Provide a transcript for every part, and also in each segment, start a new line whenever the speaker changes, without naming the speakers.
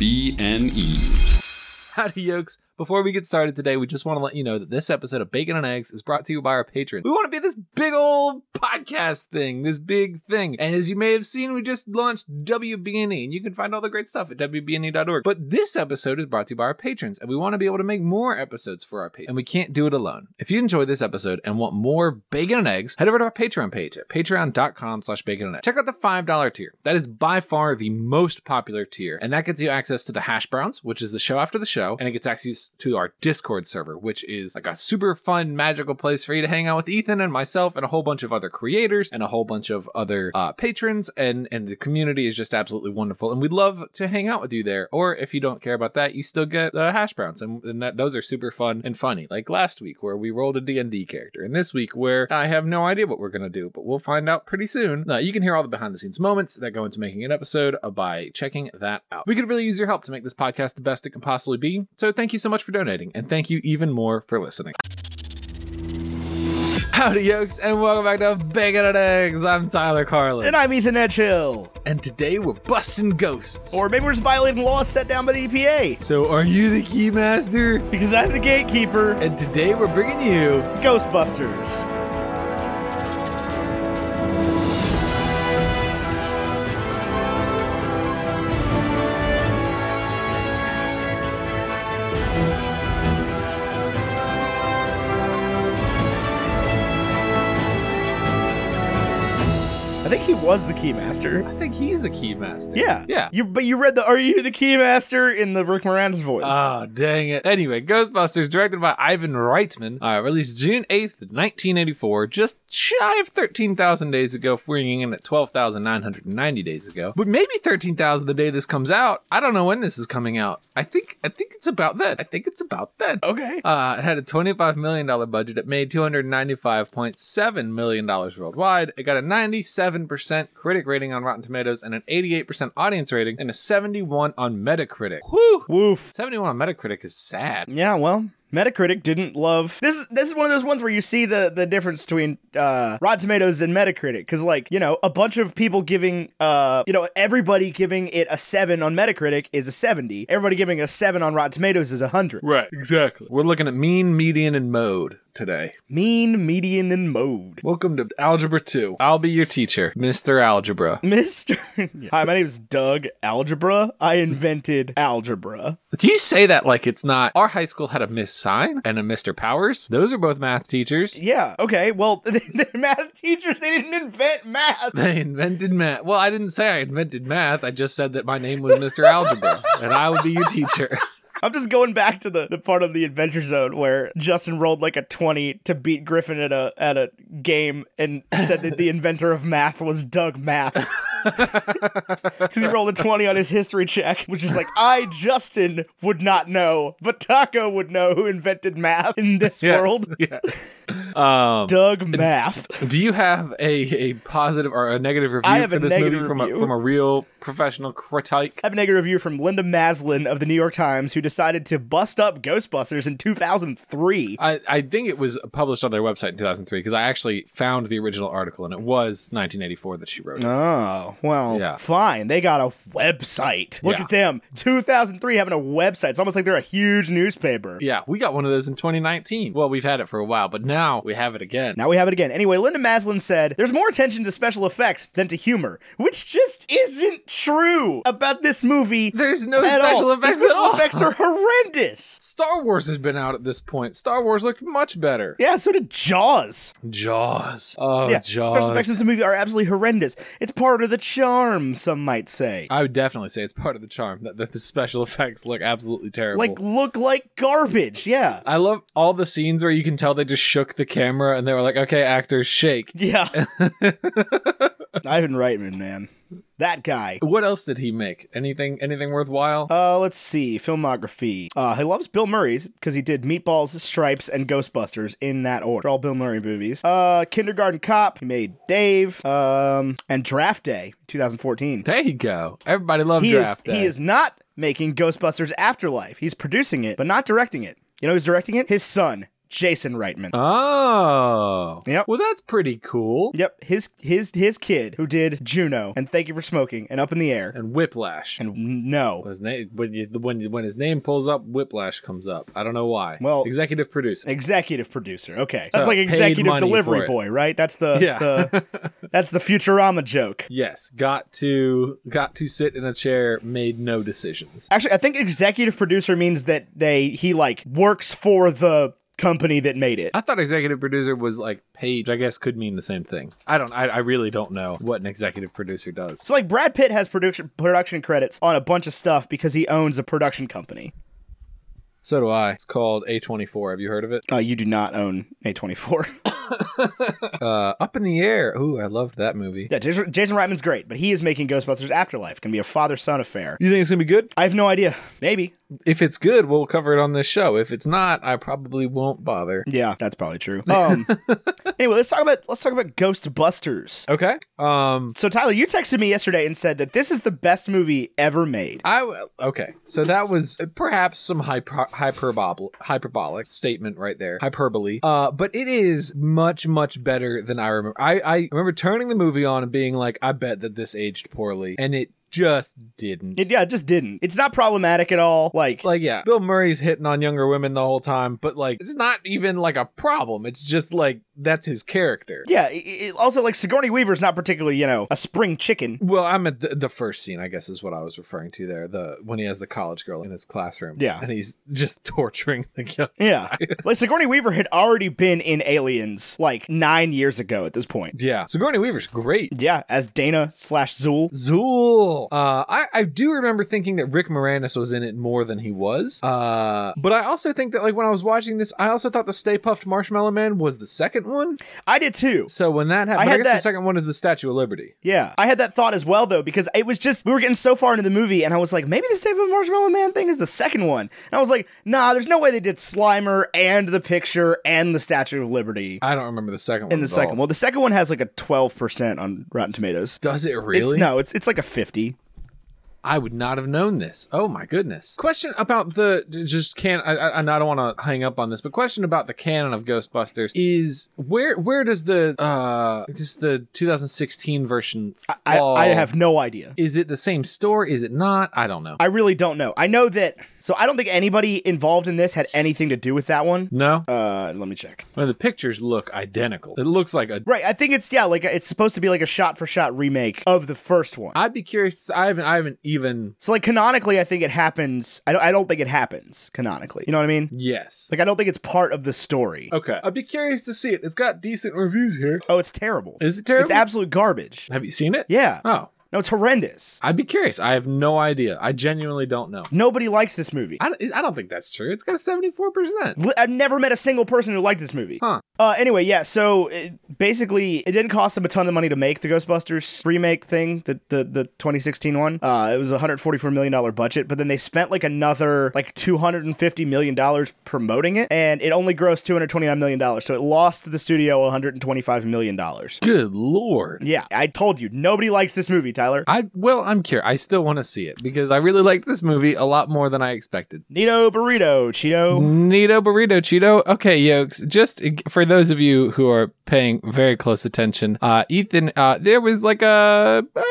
WBNE.
Howdy, yokes. Before we get started today, we just want to let you know that this episode of Bacon and Eggs is brought to you by our patrons. We want to be this big old podcast thing, this big thing. And as you may have seen, we just launched WBNE, E, and you can find all the great stuff at WBNE.org. E But this episode is brought to you by our patrons, and we want to be able to make more episodes for our patrons, and we can't do it alone. If you enjoyed this episode and want more Bacon and Eggs, head over to our Patreon page at patreon.com slash bacon and eggs. Check out the $5 tier. That is by far the most popular tier, and that gets you access to the Hash Browns, which is the show after the show, and it gets access to our Discord server, which is like a super fun, magical place for you to hang out with Ethan and myself and a whole bunch of other creators and a whole bunch of other uh, patrons, and and the community is just absolutely wonderful, and we'd love to hang out with you there. Or if you don't care about that, you still get uh, hash browns, and, and that those are super fun and funny. Like last week where we rolled a D and D character, and this week where I have no idea what we're gonna do, but we'll find out pretty soon. Uh, you can hear all the behind the scenes moments that go into making an episode uh, by checking that out. We could really use your help to make this podcast the best it can possibly be. So thank you so much for donating, and thank you even more for listening. Howdy, yokes, and welcome back to Bacon and Eggs. I'm Tyler Carlin,
And I'm Ethan Edgehill.
and today we're busting ghosts.
Or maybe we're just violating laws set down by the EPA.
so, are you the keymaster?
Because I'm the gatekeeper.
And today we're bringing you
Ghostbusters. I think he was the keymaster.
I think he's the keymaster.
Yeah.
Yeah.
You, but you read the Are You the Keymaster in the Rick Moranis voice.
Oh, dang it. Anyway, Ghostbusters, directed by Ivan Reitman, uh, released June 8th, 1984, just shy of 13,000 days ago, bringing in at 12,990 days ago. But maybe 13,000 the day this comes out. I don't know when this is coming out. I think I think it's about then. I think it's about then.
okay.
Uh, it had a $25 million budget. It made $295.7 million worldwide. It got a 97% critic rating on Rotten Tomatoes and an 88% audience rating and a 71 on Metacritic. Whew!
Woof.
71 on Metacritic is sad.
Yeah, well, Metacritic didn't love this. Is, this is one of those ones where you see the the difference between uh, Rotten Tomatoes and Metacritic, because like you know, a bunch of people giving, uh, you know, everybody giving it a seven on Metacritic is a seventy. Everybody giving a seven on Rotten Tomatoes is a hundred.
Right, exactly. We're looking at mean, median, and mode today.
Mean, median, and mode.
Welcome to Algebra 2. I'll be your teacher, Mr. Algebra.
Mister. Hi, my name is Doug Algebra. I invented algebra.
Do you say that like it's not? Our high school had a Miss Sign and a Mr. Powers. Those are both math teachers.
Yeah. Okay. Well, they're math teachers. They didn't invent math.
They invented math. Well, I didn't say I invented math. I just said that my name was Mr. Algebra and I would be your teacher.
I'm just going back to the, the part of the Adventure Zone where Justin rolled like a 20 to beat Griffin at a at a game and said that the inventor of math was Doug Math. Because he rolled a 20 on his history check, which is like, I, Justin, would not know, but Taco would know who invented math in this
Yes,
world.
Yes. Um,
Doug Math.
do you have a, a positive or a negative review
I have
for
a
this
negative
movie from a,
review.
from a real professional critique?
I have a negative review from Linda Maslin of the New York Times, who decided to bust up Ghostbusters in 2003.
I, I think it was published on their website in 2003 because I actually found the original article and it was 1984 that she wrote. it.
Oh, well,
Yeah.
fine. They got a website. Look
Yeah.
at them. 2003 having a website. It's almost like they're a huge newspaper.
Yeah, we got one of those in 2019. Well, we've had it for a while, but now we have it again.
Now we have it again. Anyway, Linda Maslin said, There's more attention to special effects than to humor, which just isn't true about this movie.
There's no
at
special
all. The
effects
special
at all.
effects are horrendous.
Star Wars has been out at this point. Star Wars looked much better.
Yeah, so did Jaws.
Jaws. Oh,
yeah,
Jaws.
special effects in this movie are absolutely horrendous. It's part of the charm, some might say.
I would definitely say it's part of the charm that, that the special effects look absolutely terrible.
Like, look like garbage. Yeah.
I love all the scenes where you can tell they just shook the camera and they were like, okay, actors, shake.
Yeah. Ivan Reitman, man. That guy.
What else did he make? Anything anything worthwhile?
Uh, let's see. Filmography. Uh, he loves Bill Murray's because he did Meatballs, Stripes, and Ghostbusters in that order. They're all Bill Murray movies. Uh, Kindergarten Cop. He made Dave. Um, and Draft Day, 2014.
there you go. Everybody loved
He is,
Draft Day.
he is not making Ghostbusters Afterlife. He's producing it, but not directing it. You know who's directing it? His son, Jason
Uh.
Reitman.
Oh.
Yep.
Well, that's pretty cool.
Yep, his his his kid who did Juno and Thank You for Smoking and Up in the Air
And Whiplash.
and no.
His name, when, you, when, you- when his name pulls up, Whiplash comes up. I don't know why.
Well-
executive producer.
Executive producer. Okay. That's
So,
like
Uh, paid
executive
money for
delivery
it.
boy, right? That's the,
Yeah.
the that's the Futurama joke.
yes, got to got to sit in a chair, made no decisions.
Actually, I think executive producer means that they he like works for the company that made it.
I thought executive producer was like page. I guess could mean the same thing. I don't. I, I really don't know what an executive producer does.
So like Brad Pitt has production production credits on a bunch of stuff because he owns a production company.
So do I. It's called A24. Have you heard of it?
Uh, you do not own A24.
Uh, Up in the Air. Ooh, I loved that movie.
yeah, Jason, Jason Reitman's great, but he is making Ghostbusters Afterlife. Can be a father-son affair.
You think it's gonna be good?
I have no idea. Maybe.
If it's good, we'll cover it on this show. If it's not, I probably won't bother.
Yeah, that's probably true. Um anyway, let's talk about let's talk about Ghostbusters.
Okay. Um.
So Tyler, you texted me yesterday and said that this is the best movie ever made.
I w- okay. So that was perhaps some hyper- hyperbol- hyperbolic statement right there, hyperbole. Uh, but it is much much better than I remember. I I remember turning the movie on and being like, I bet that this aged poorly, and it just didn't.
It, yeah, it just didn't. It's not problematic at all. Like,
like yeah, Bill Murray's hitting on younger women the whole time, but like it's not even like a problem. It's just like that's his character.
yeah. It, it- also, like Sigourney Weaver's not particularly, you know, a spring chicken.
Well, I'm at the, the first scene, I guess, is what I was referring to there. The when he has the college girl in his classroom,
Yeah.
and he's just torturing the young
Yeah. like Sigourney Weaver had already been in Aliens like nine years ago at this point.
Yeah. Sigourney Weaver's great.
Yeah, as Dana slash Zool.
Zool. Uh, I, I do remember thinking that Rick Moranis was in it more than he was. Uh, but I also think that, like, when I was watching this, I also thought the Stay Puffed Marshmallow Man was the second one.
I did too.
So when that
I
happened, I,
had
guess the
that-
second one is the Statue of Liberty.
Yeah, I had that thought as well though because it was just we were getting so far into the movie and I was like maybe this David Marshmallow Man thing is the second one and I was like nah there's no way they did Slimer and the picture and the Statue of Liberty
I don't remember the second one.
in the
at all.
second one. The second one has like a twelve percent on Rotten Tomatoes.
Does it really?
It's, no, it's it's like a fifty.
I would not have known this. Oh my goodness. Question about the just can I I, and I don't want to hang up on this, but question about the canon of Ghostbusters is where where does the uh just the 2016 version
I,
fall?
I have no idea.
Is it the same store? Is it not? I don't know.
I really don't know. I know that so I don't think anybody involved in this had anything to do with that one.
no.
Uh, let me check.
Well, the pictures look identical. It looks like a.
Right, I think it's yeah, like it's supposed to be like a shot for shot remake of the first one.
I'd be curious. I haven't. I haven't even.
So like canonically, I think it happens. I don't. I don't think it happens canonically. You know what I mean?
Yes.
Like I don't think it's part of the story.
Okay. I'd be curious to see it. It's got decent reviews here.
Oh, it's terrible.
Is it terrible?
It's absolute garbage.
have you seen it?
Yeah.
Oh,
No, it's horrendous.
I'd be curious. I have no idea. I genuinely don't know.
Nobody likes this movie.
I, don't- I don't think that's true. It's got a seventy-four percent.
Li- I've never met a single person who liked this movie.
Huh.
Uh, anyway, yeah. So it, basically, it didn't cost them a ton of money to make the Ghostbusters remake thing, the the, the 2016 one. Uh, it was a 144 million dollar budget, but then they spent like another like 250 million dollars promoting it, and it only grossed 229 million dollars. So it lost to the studio 125 million dollars.
Good lord.
Yeah, I told you, nobody likes this movie, Tyler.
I well, I'm curious. I still want to see it because I really liked this movie a lot more than I expected.
Nito burrito, Cheeto.
Neato burrito Cheeto. Okay, yokes. Just for those of you who are paying very close attention, uh, Ethan, uh, there was like a uh,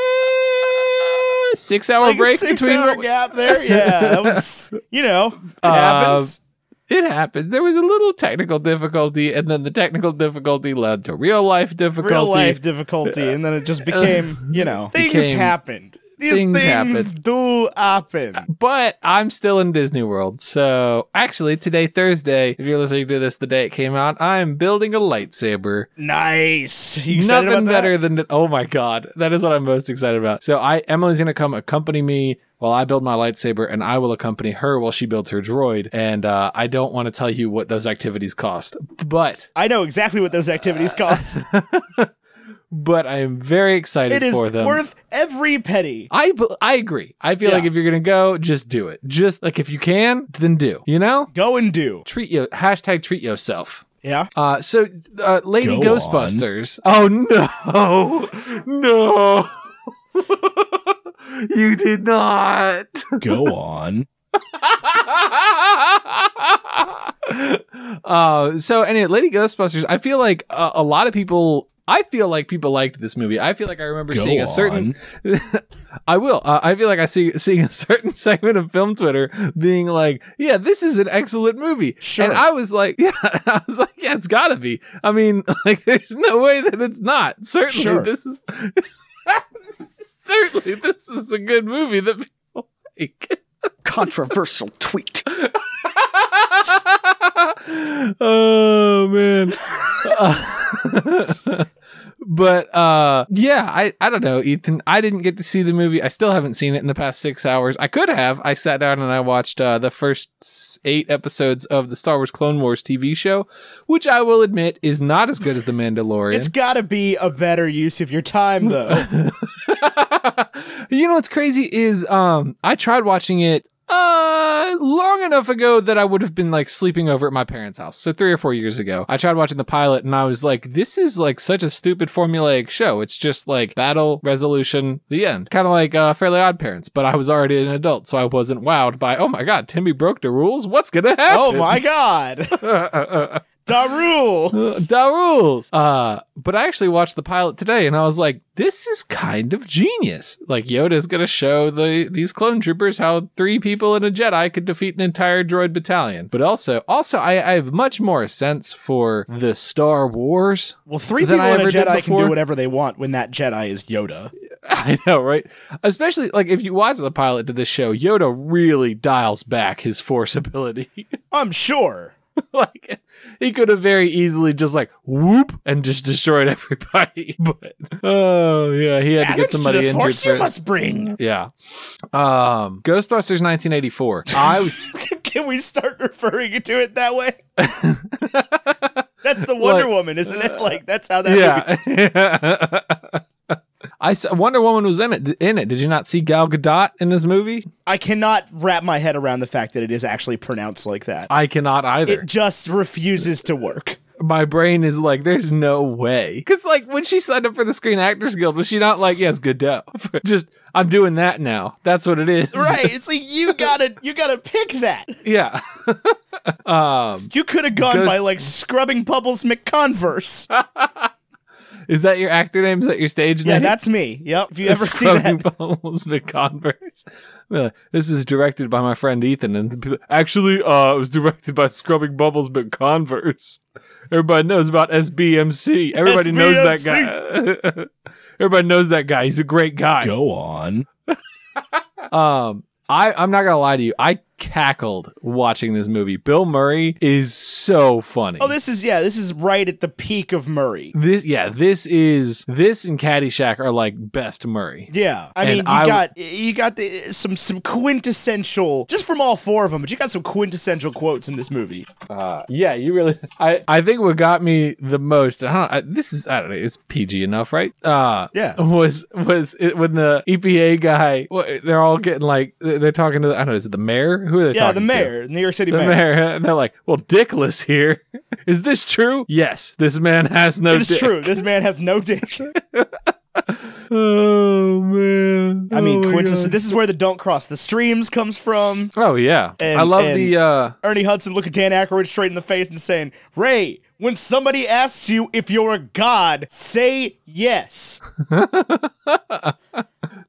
six hour
Like a
break
six
between.
hour
what-
gap there. Yeah, that was you know it
Uh,
happens.
It happens. There was a little technical difficulty, and then the technical difficulty led to real life difficulty.
real life difficulty, and then it just became, you know, Uh, things
Became-
happened. These
things
things,
happened.
do happen.
But I'm still in Disney World. So actually, today, Thursday, if you're listening to this the day it came out, I'm building a lightsaber.
Nice. You excited
Nothing
about that?
better than oh my god, that is what I'm most excited about. So I Emily's gonna come accompany me while I build my lightsaber, and I will accompany her while she builds her droid. And uh, I don't want to tell you what those activities cost, but
I know exactly what those activities cost.
but I am very excited
it is
for them.
worth every penny.
I b- I agree. I feel
Yeah.
like if you're gonna go, just do it. Just like if you can, then do. You know,
Go and do.
treat you hashtag treat yourself.
Yeah.
Uh, so uh, Lady
Go on.
Ghostbusters. Oh no, no, you did not.
Go on.
uh, Uh, so anyway, Lady Ghostbusters. I feel like uh, a lot of people. I feel like people liked this movie. I feel like I remember
Go
seeing a certain. I will. Uh, I feel like I see seeing a certain segment of film Twitter being like, "Yeah, this is an excellent movie."
Sure.
And I was like, "Yeah," I was like, "Yeah, it's got to be." I mean, like, there's no way that it's not. Certainly,
Sure.
this is. certainly, this is a good movie that people like.
Controversial tweet.
oh man. Uh, but uh yeah, I I don't know, Ethan. I didn't get to see the movie. I still haven't seen it in the past 6 hours. I could have. I sat down and I watched uh the first s- 8 episodes of the Star Wars Clone Wars TV show, which I will admit is not as good as The Mandalorian.
It's got to be a better use of your time, though.
you know what's crazy is um I tried watching it uh long enough ago that I would have been like sleeping over at my parents' house. So 3 or 4 years ago. I tried watching the pilot and I was like this is like such a stupid formulaic show. It's just like battle, resolution, the end. Kind of like uh Fairly Odd Parents, but I was already an adult so I wasn't wowed by oh my god, Timmy broke the rules. What's going to
oh
happen?
my god, the rules.
the rules. Uh, but I actually watched the pilot today, and I was like, "This is kind of genius." Like Yoda's gonna show the these clone troopers how three people and a Jedi could defeat an entire droid battalion. But also, also, I, I have much more sense for the Star Wars.
Well, three
than
people
I
and a
ever did
Jedi can
before.
do whatever they want when that Jedi is Yoda.
I know, right? Especially like if you watch the pilot to this show, Yoda really dials back his Force ability.
I'm sure.
like he could have very easily just like whoop and just destroyed everybody. But oh yeah, he had to get
Alex,
somebody
the
injured.
force
for
you
it.
must bring.
yeah. Um Ghostbusters 1984. I was
Can we start referring to it that way? that's the Wonder
Like,
Woman, isn't it? Like that's how that. movie-
yeah. I saw Wonder Woman was in it. In it, did you not see Gal Gadot in this movie?
I cannot wrap my head around the fact that it is actually pronounced like that.
I cannot either.
It just refuses to work.
My brain is like, there's no way. Because like when she signed up for the Screen Actors Guild, was she not like, yes, Godot? Just I'm doing that now. That's what it is.
Right. It's like you gotta you gotta pick that.
Yeah. um,
You could have gone
Ghost-
by like scrubbing Bubbles McConverse.
is that your actor name? Is that your stage
Yeah,
name?
that's me. Yep. If you ever see that,
Bubbles McConverse. Really, This is directed by my friend Ethan, and the people- actually, uh, it was directed by Scrubbing Bubbles McConverse. Everybody knows about SBMC. Everybody knows that guy. Everybody knows that guy. He's a great guy.
Go on.
Um, I I'm not gonna lie to you. I cackled watching this movie. Bill Murray is so funny.
oh, this is yeah, this is right at the peak of Murray.
This yeah, this is this and Caddyshack are like best Murray.
Yeah, I
And
mean, you
I w-
got you got the, some some quintessential just from all four of them, but you got some quintessential quotes in this movie.
Uh, yeah, you really. I I think what got me the most. I don't. I, this is I don't know. It's PG enough, right? Uh,
Yeah.
Was was it, when the EPA guy? wh- They're all getting like they're they're talking to. The, I don't know. Is it the mayor? Who are they?
Yeah, the
talking to?
mayor, New York City
The
mayor.
mayor. And they're like, well, Dickless here. Is this true? Yes, this man has no.
It is
dick.
true. This man has no dick.
Oh man.
I mean,
oh, my
quintess-
God.
This is where the "Don't Cross the Streams" comes from.
Oh yeah.
And-
I love
and-
the. uh
Ernie Hudson looking Dan Aykroyd straight in the face and saying, "Ray, when somebody asks you if you're a god, say yes."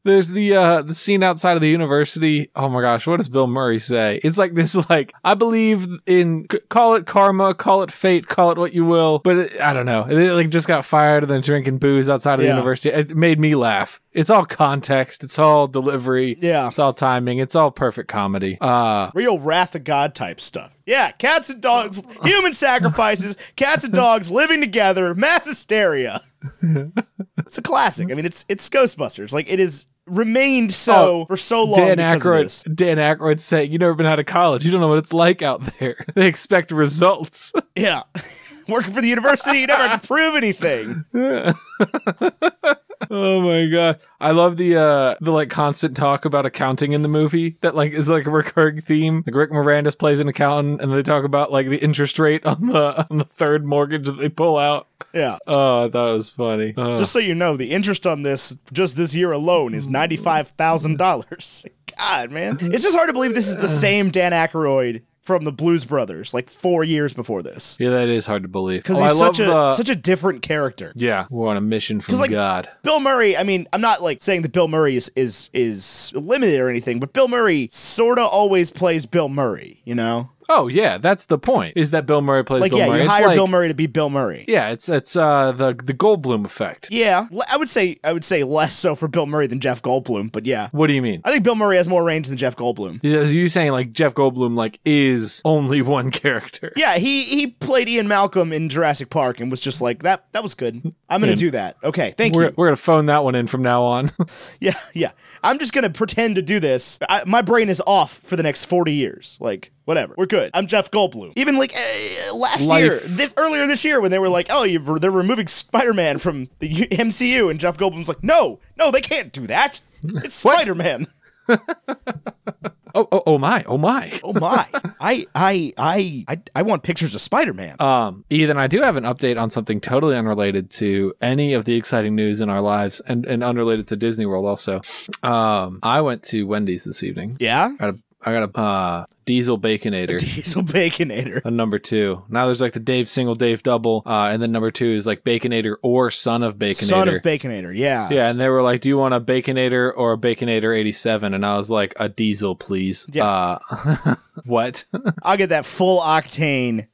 There's the uh the scene outside of the university. Oh my gosh, what does Bill Murray say? It's like this like I believe in c- call it karma, call it fate, call it what you will, but it, I don't know. They like just got fired and then drinking booze outside of the
Yeah.
university. It made me laugh. It's all context, it's all delivery,
Yeah.
it's all timing, it's all perfect comedy. Uh
Real wrath of God type stuff. Yeah, cats and dogs, human sacrifices, cats and dogs living together, mass hysteria. it's a classic. I mean, it's it's Ghostbusters. Like it is remained so
Oh,
for so long
Dan
because of this.
Aykroyd, Dan Aykroyd saying, "You never been out of college. You don't know what it's like out there. They expect results."
Yeah. Working for the university, you never had to prove anything.
Oh my god. I love the uh the like constant talk about accounting in the movie that like is like a recurring theme. Like Rick Moranis plays an accountant and they talk about like the interest rate on the on the third mortgage that they pull out.
Yeah.
Oh, that was funny. Oh.
Just so you know, the interest on this just this year alone is
Mm-hmm.
ninety five thousand dollars. God, man, it's just hard to believe this is the same Dan Aykroyd from the Blues Brothers like four years before this.
Yeah, that is hard to believe.
Because
Oh,
he's
I
such
love,
a
uh,
such a different character.
yeah, we're on a mission from
'Cause, like,
God.
Bill Murray, I mean, I'm not like saying that Bill Murray is is, is limited or anything, but Bill Murray sorta always plays Bill Murray, you know?
Oh yeah, that's the point. Is that Bill Murray plays
Like
Bill
yeah,
Murray?
you
It's
hire
like-
Bill Murray to be Bill Murray.
Yeah, it's it's uh the the Goldblum effect.
Yeah, l- I would say I would say less so for Bill Murray than Jeff Goldblum, but yeah.
What do you mean?
I think Bill Murray has more range than Jeff Goldblum.
Is you saying like Jeff Goldblum like is only one character?
Yeah, he he played Ian Malcolm in Jurassic Park and was just like that that was good. I'm going to
And-
do that. Okay, thank
We're,
you.
we're gonna phone that one in from now on.
Yeah, yeah. I'm just going to pretend to do this. I, my brain is off for the next 40 years. Like whatever. We're good. I'm Jeff Goldblum. Even like uh, last
Life-
year, this, earlier this year when they were like, "Oh, you they're removing Spider-Man from the U- MCU." And Jeff Goldblum's like, "No. No, they can't do that. It's Spider-Man."
oh, oh oh my oh my.
Oh my! I I I I I want pictures of Spider Man.
Um, Ethan, I do have an update on something totally unrelated to any of the exciting news in our lives and, and unrelated to Disney World also. Um, I went to Wendy's this evening.
yeah,
I got a, I got a uh, Diesel Baconator.
Diesel Baconator.
A number two. Now there's like the Dave single, Dave double, uh, and then number two is like Baconator or Son of Baconator.
Son of Baconator. Yeah.
yeah, and they were like, "Do you want a Baconator or a Baconator 87?" And I was like, "A Diesel, please."
Yeah.
Uh, what?
I'll get that full octane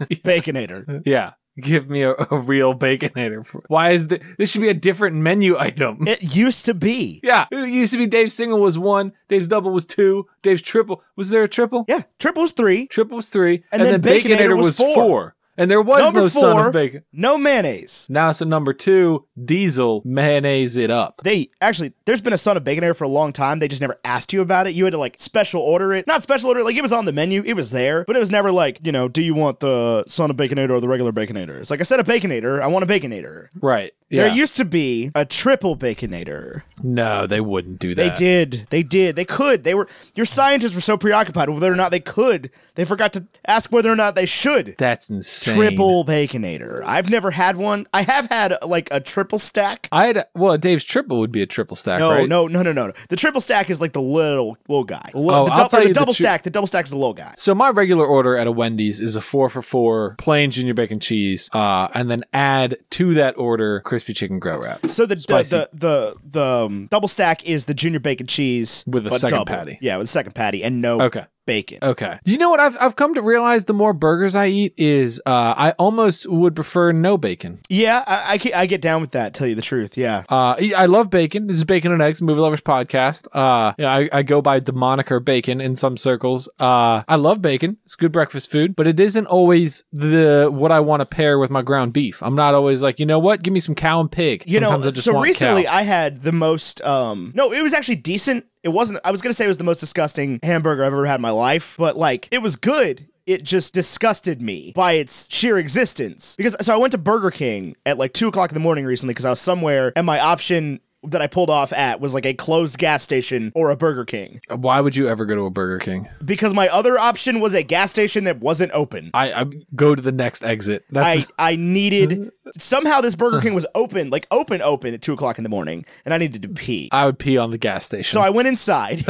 Baconator.
yeah, give me a, a real Baconator. Why is the? This should be a different menu item.
It used to be.
Yeah, it used to be Dave's single was one, Dave's double was two, Dave's triple was there a triple?
Yeah, triple was three.
Triple was three,
And then Baconator was four.
and there was
Number
no son
four.
of bacon.
No mayonnaise.
Now it's a number two. Diesel mayonnaise it up.
They actually, there's been a Son of Baconator for a long time. They just never asked you about it. You had to like special order it. Not special order, it, like it was on the menu, it was there, but it was never like, you know, do you want the Son of Baconator or the regular Baconator? It's like, I said a Baconator, I want a Baconator.
Right? Yeah.
There used to be a triple baconator.
no, they wouldn't do
They
that.
did. They did. They could. They were your scientists were so preoccupied with whether or not they could. They forgot to ask whether or not they should.
That's insane.
Triple baconator. I've never had one. I have had like a triple stack.
I had well, Dave's triple would be a triple stack,
No,
right?
no, no, no, no, no. The triple stack is like the little little guy. Li-
Oh,
the,
I'll
dou-
tell
or the
you the
double
tru-
stack. The double stack is the little guy.
So my regular order at a Wendy's is a four for four plain junior bacon cheese, uh, and then add to that order crispy chicken grow wrap.
So the
Spicy.
the the, the, the um, double stack is the junior bacon cheese
With a
but
second
double.
patty.
Yeah, with a second patty and no
Okay. Oh.
bacon.
Okay. You know what I've I've come to realize the more burgers I eat is uh, I almost would prefer no bacon.
Yeah, I, I, ca- I get down with that. Tell you the truth, yeah.
Uh, I love bacon. This is Bacon and Eggs, Movie Lovers Podcast. Uh, yeah, I, I go by the moniker bacon in some circles. Uh, I love bacon. It's good breakfast food, but it isn't always the what I want to pair with my ground beef. I'm not always like, you know what? Give me some cow and pig.
You
Sometimes
know,
I just
so
want
recently
cow.
I had the most. um No, it was actually decent. It wasn't. I was gonna say it was the most disgusting hamburger I've ever had in my life, but like it was good. It just disgusted me by its sheer existence. Because so I went to Burger King at like two o'clock in the morning recently because I was somewhere and my option that I pulled off at was like a closed gas station or a Burger King.
Why would you ever go to a Burger King?
Because my other option was a gas station that wasn't open.
I, I go to the next exit. That's
I, I needed somehow this Burger King was open, like open, open at two o'clock in the morning, and I needed to pee.
I, would pee on the gas station.
So I went inside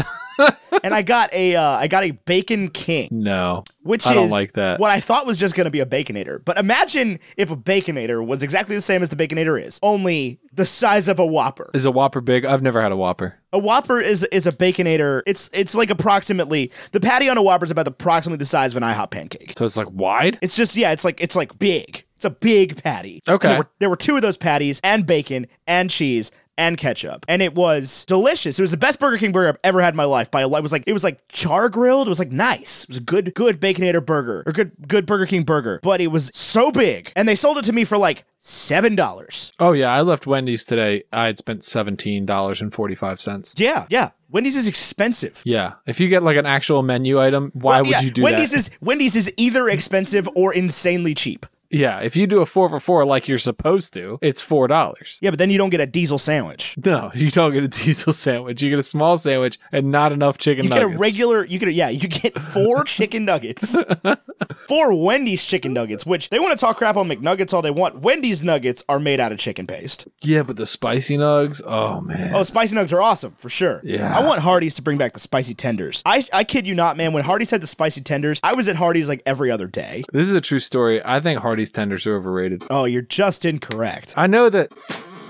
and I got a uh, I got a bacon king,
no,
which
I
is
don't like that.
what I thought was just gonna be a baconator. But imagine if a baconator was exactly the same as the baconator is, only the size of a whopper.
Is a Whopper big? I've never had a Whopper.
A whopper is is a baconator. It's it's like approximately the patty on a whopper is about approximately the size of an IHOP pancake.
So it's like wide?
It's just yeah, it's like it's like big. It's a big patty.
Okay.
And There were, there were two of those patties and bacon and cheese and ketchup, and it was delicious. It was the best Burger King burger I've ever had in my life. By a lot, it was like it was like char grilled. It was like nice. It was a good good baconator burger or good good Burger King burger, but it was so big, and they sold it to me for like seven dollars.
Oh yeah, I left Wendy's today. I had spent seventeen dollars and forty five cents.
Yeah, yeah. Wendy's is expensive.
Yeah, if you get like an actual menu item, why would
yeah,
you do
Wendy's
that?
is Wendy's is either expensive or insanely cheap.
Yeah, if you do a four for four like you're supposed to, it's four dollars.
Yeah, but then you don't get a diesel sandwich.
No, you don't get a diesel sandwich. You get a small sandwich and not enough chicken
You get a
nuggets.
regular. You get a, yeah. You get four chicken nuggets, four Wendy's chicken nuggets. Which they want to talk crap on McNuggets all they want. Wendy's nuggets are made out of chicken paste.
yeah, but the spicy nugs. Oh man.
Oh, spicy nugs are awesome for sure.
Yeah.
I want Hardee's to bring back the spicy tenders. I I kid you not, man. When Hardee's had the spicy tenders, I was at Hardee's like every other day.
This is a true story. I think Hardee's tenders are overrated.
Oh, you're just incorrect.
I know that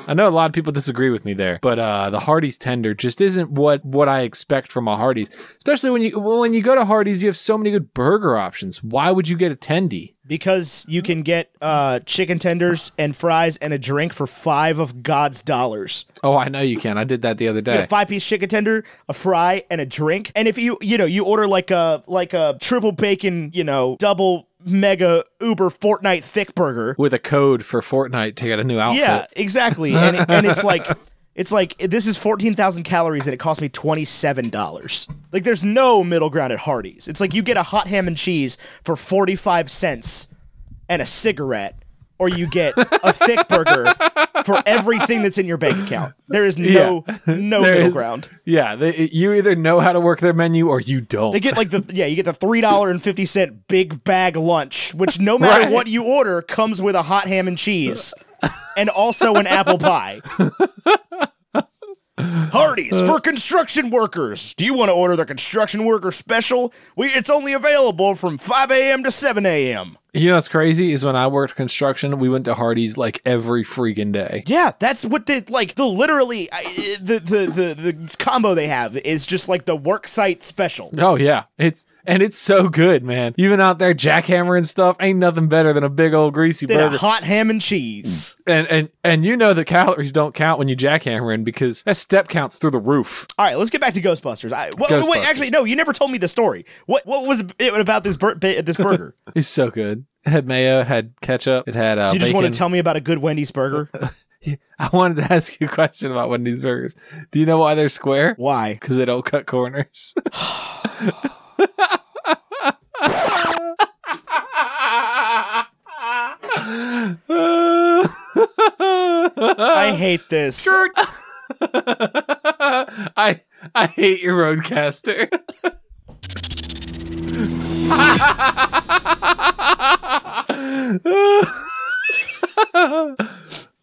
I know a lot of people disagree with me there, but uh, the Hardee's tender just isn't what what I expect from a Hardee's. Especially when you well, when you go to Hardee's, you have so many good burger options. Why would you get a tendy?
Because you can get uh, chicken tenders and fries and a drink for five of God's dollars.
Oh, I know you can. I did that the other
Get
day.
a five piece chicken tender, a fry, and a drink. And if you you know you order like a like a triple bacon, you know, double mega uber Fortnite thick burger.
with a code for Fortnite to get a new outfit.
Yeah, exactly. And it, and it's like it's like this is fourteen thousand calories and it cost me twenty seven dollars. Like there's no middle ground at Hardee's. It's like you get a hot ham and cheese for forty five cents and a cigarette. Or you get a thick burger for everything that's in your bank account. There is no no
There
middle
is-
ground.
Yeah, they, you either know how to work their menu or you don't.
They get like the yeah, you get the three dollar and fifty cent big bag lunch, which no matter
Right.
what you order comes with a hot ham and cheese, and also an apple pie. Hardee's for construction workers. Do you want to order the construction worker special? We it's only available from five a.m. to seven a.m.
you know what's crazy is when I worked construction, we went to Hardee's like every freaking day.
Yeah, that's what the like the literally I- the the the, the combo they have is just like the worksite special.
Oh yeah, it's and it's so good, man. Even out there jackhammering stuff, ain't nothing better than a big old greasy
Then a
burger.
hot ham and cheese.
and and and you know the calories don't count when you jackhammering because that step counts through the roof.
All right, let's get back to Ghostbusters. I, wha- Wait,
Ghostbusters.
actually, no, you never told me the story. What what was it about this bur- ba- this burger?
It's so good. It had mayo, it had ketchup, it had uh,
so you just
bacon.
want to tell me about a good Wendy's burger?
I wanted to ask you a question about Wendy's burgers. Do you know why they're square?
Why?
Because they don't cut corners.
I
I
hate this.
I I hate your roadcaster.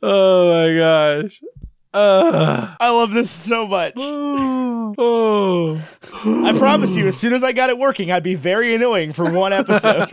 oh my gosh. Ugh.
I love this so much.
oh.
I promise you, as soon as I got it working, I'd be very annoying for one episode.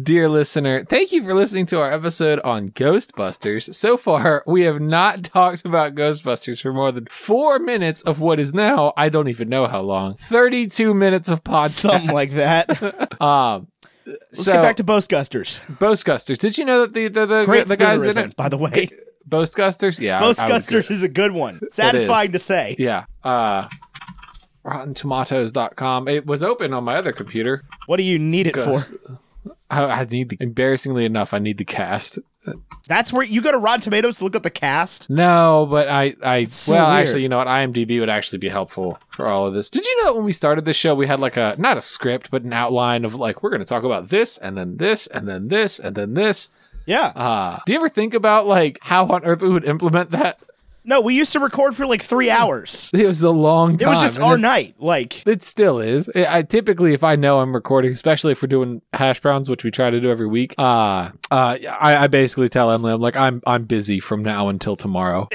Dear listener, thank you for listening to our episode on Ghostbusters. So far, we have not talked about Ghostbusters for more than four minutes of what is now, I don't even know how long, 32 minutes of podcast.
Something like that. Let's
Um, let's so,
get back to Boastgusters.
Boastgusters. Did you know that the, the, the,
Great
the guys in
spoonerism,
it?
by the way.
Boastgusters? Yeah. I- I would agree.
Boastgusters is a good one. Satisfying to say.
Yeah. Uh, RottenTomatoes.com. It was open on my other computer.
What do you need it
Ghost-
for?
I, I need the, embarrassingly enough, I need the cast.
That's where you go to Rotten Tomatoes to look at the cast.
No, but I, I
so
well,
weird.
actually, you know what? IMDb would actually be helpful for all of this. Did you know that when we started this show, we had like a not a script, but an outline of like we're going to talk about this and then this and then this and then this.
Yeah.
Uh, do you ever think about like how on earth we would implement that?
No, we used to record for like three hours.
It was a long
It
time.
was just
and
our
it-
night. Like,
It still is. I I- typically, if I know I'm recording, especially if we're doing hash browns, which we try to do every week, uh, uh, I, I basically tell Emily, I'm like, I'm I'm busy from now until tomorrow.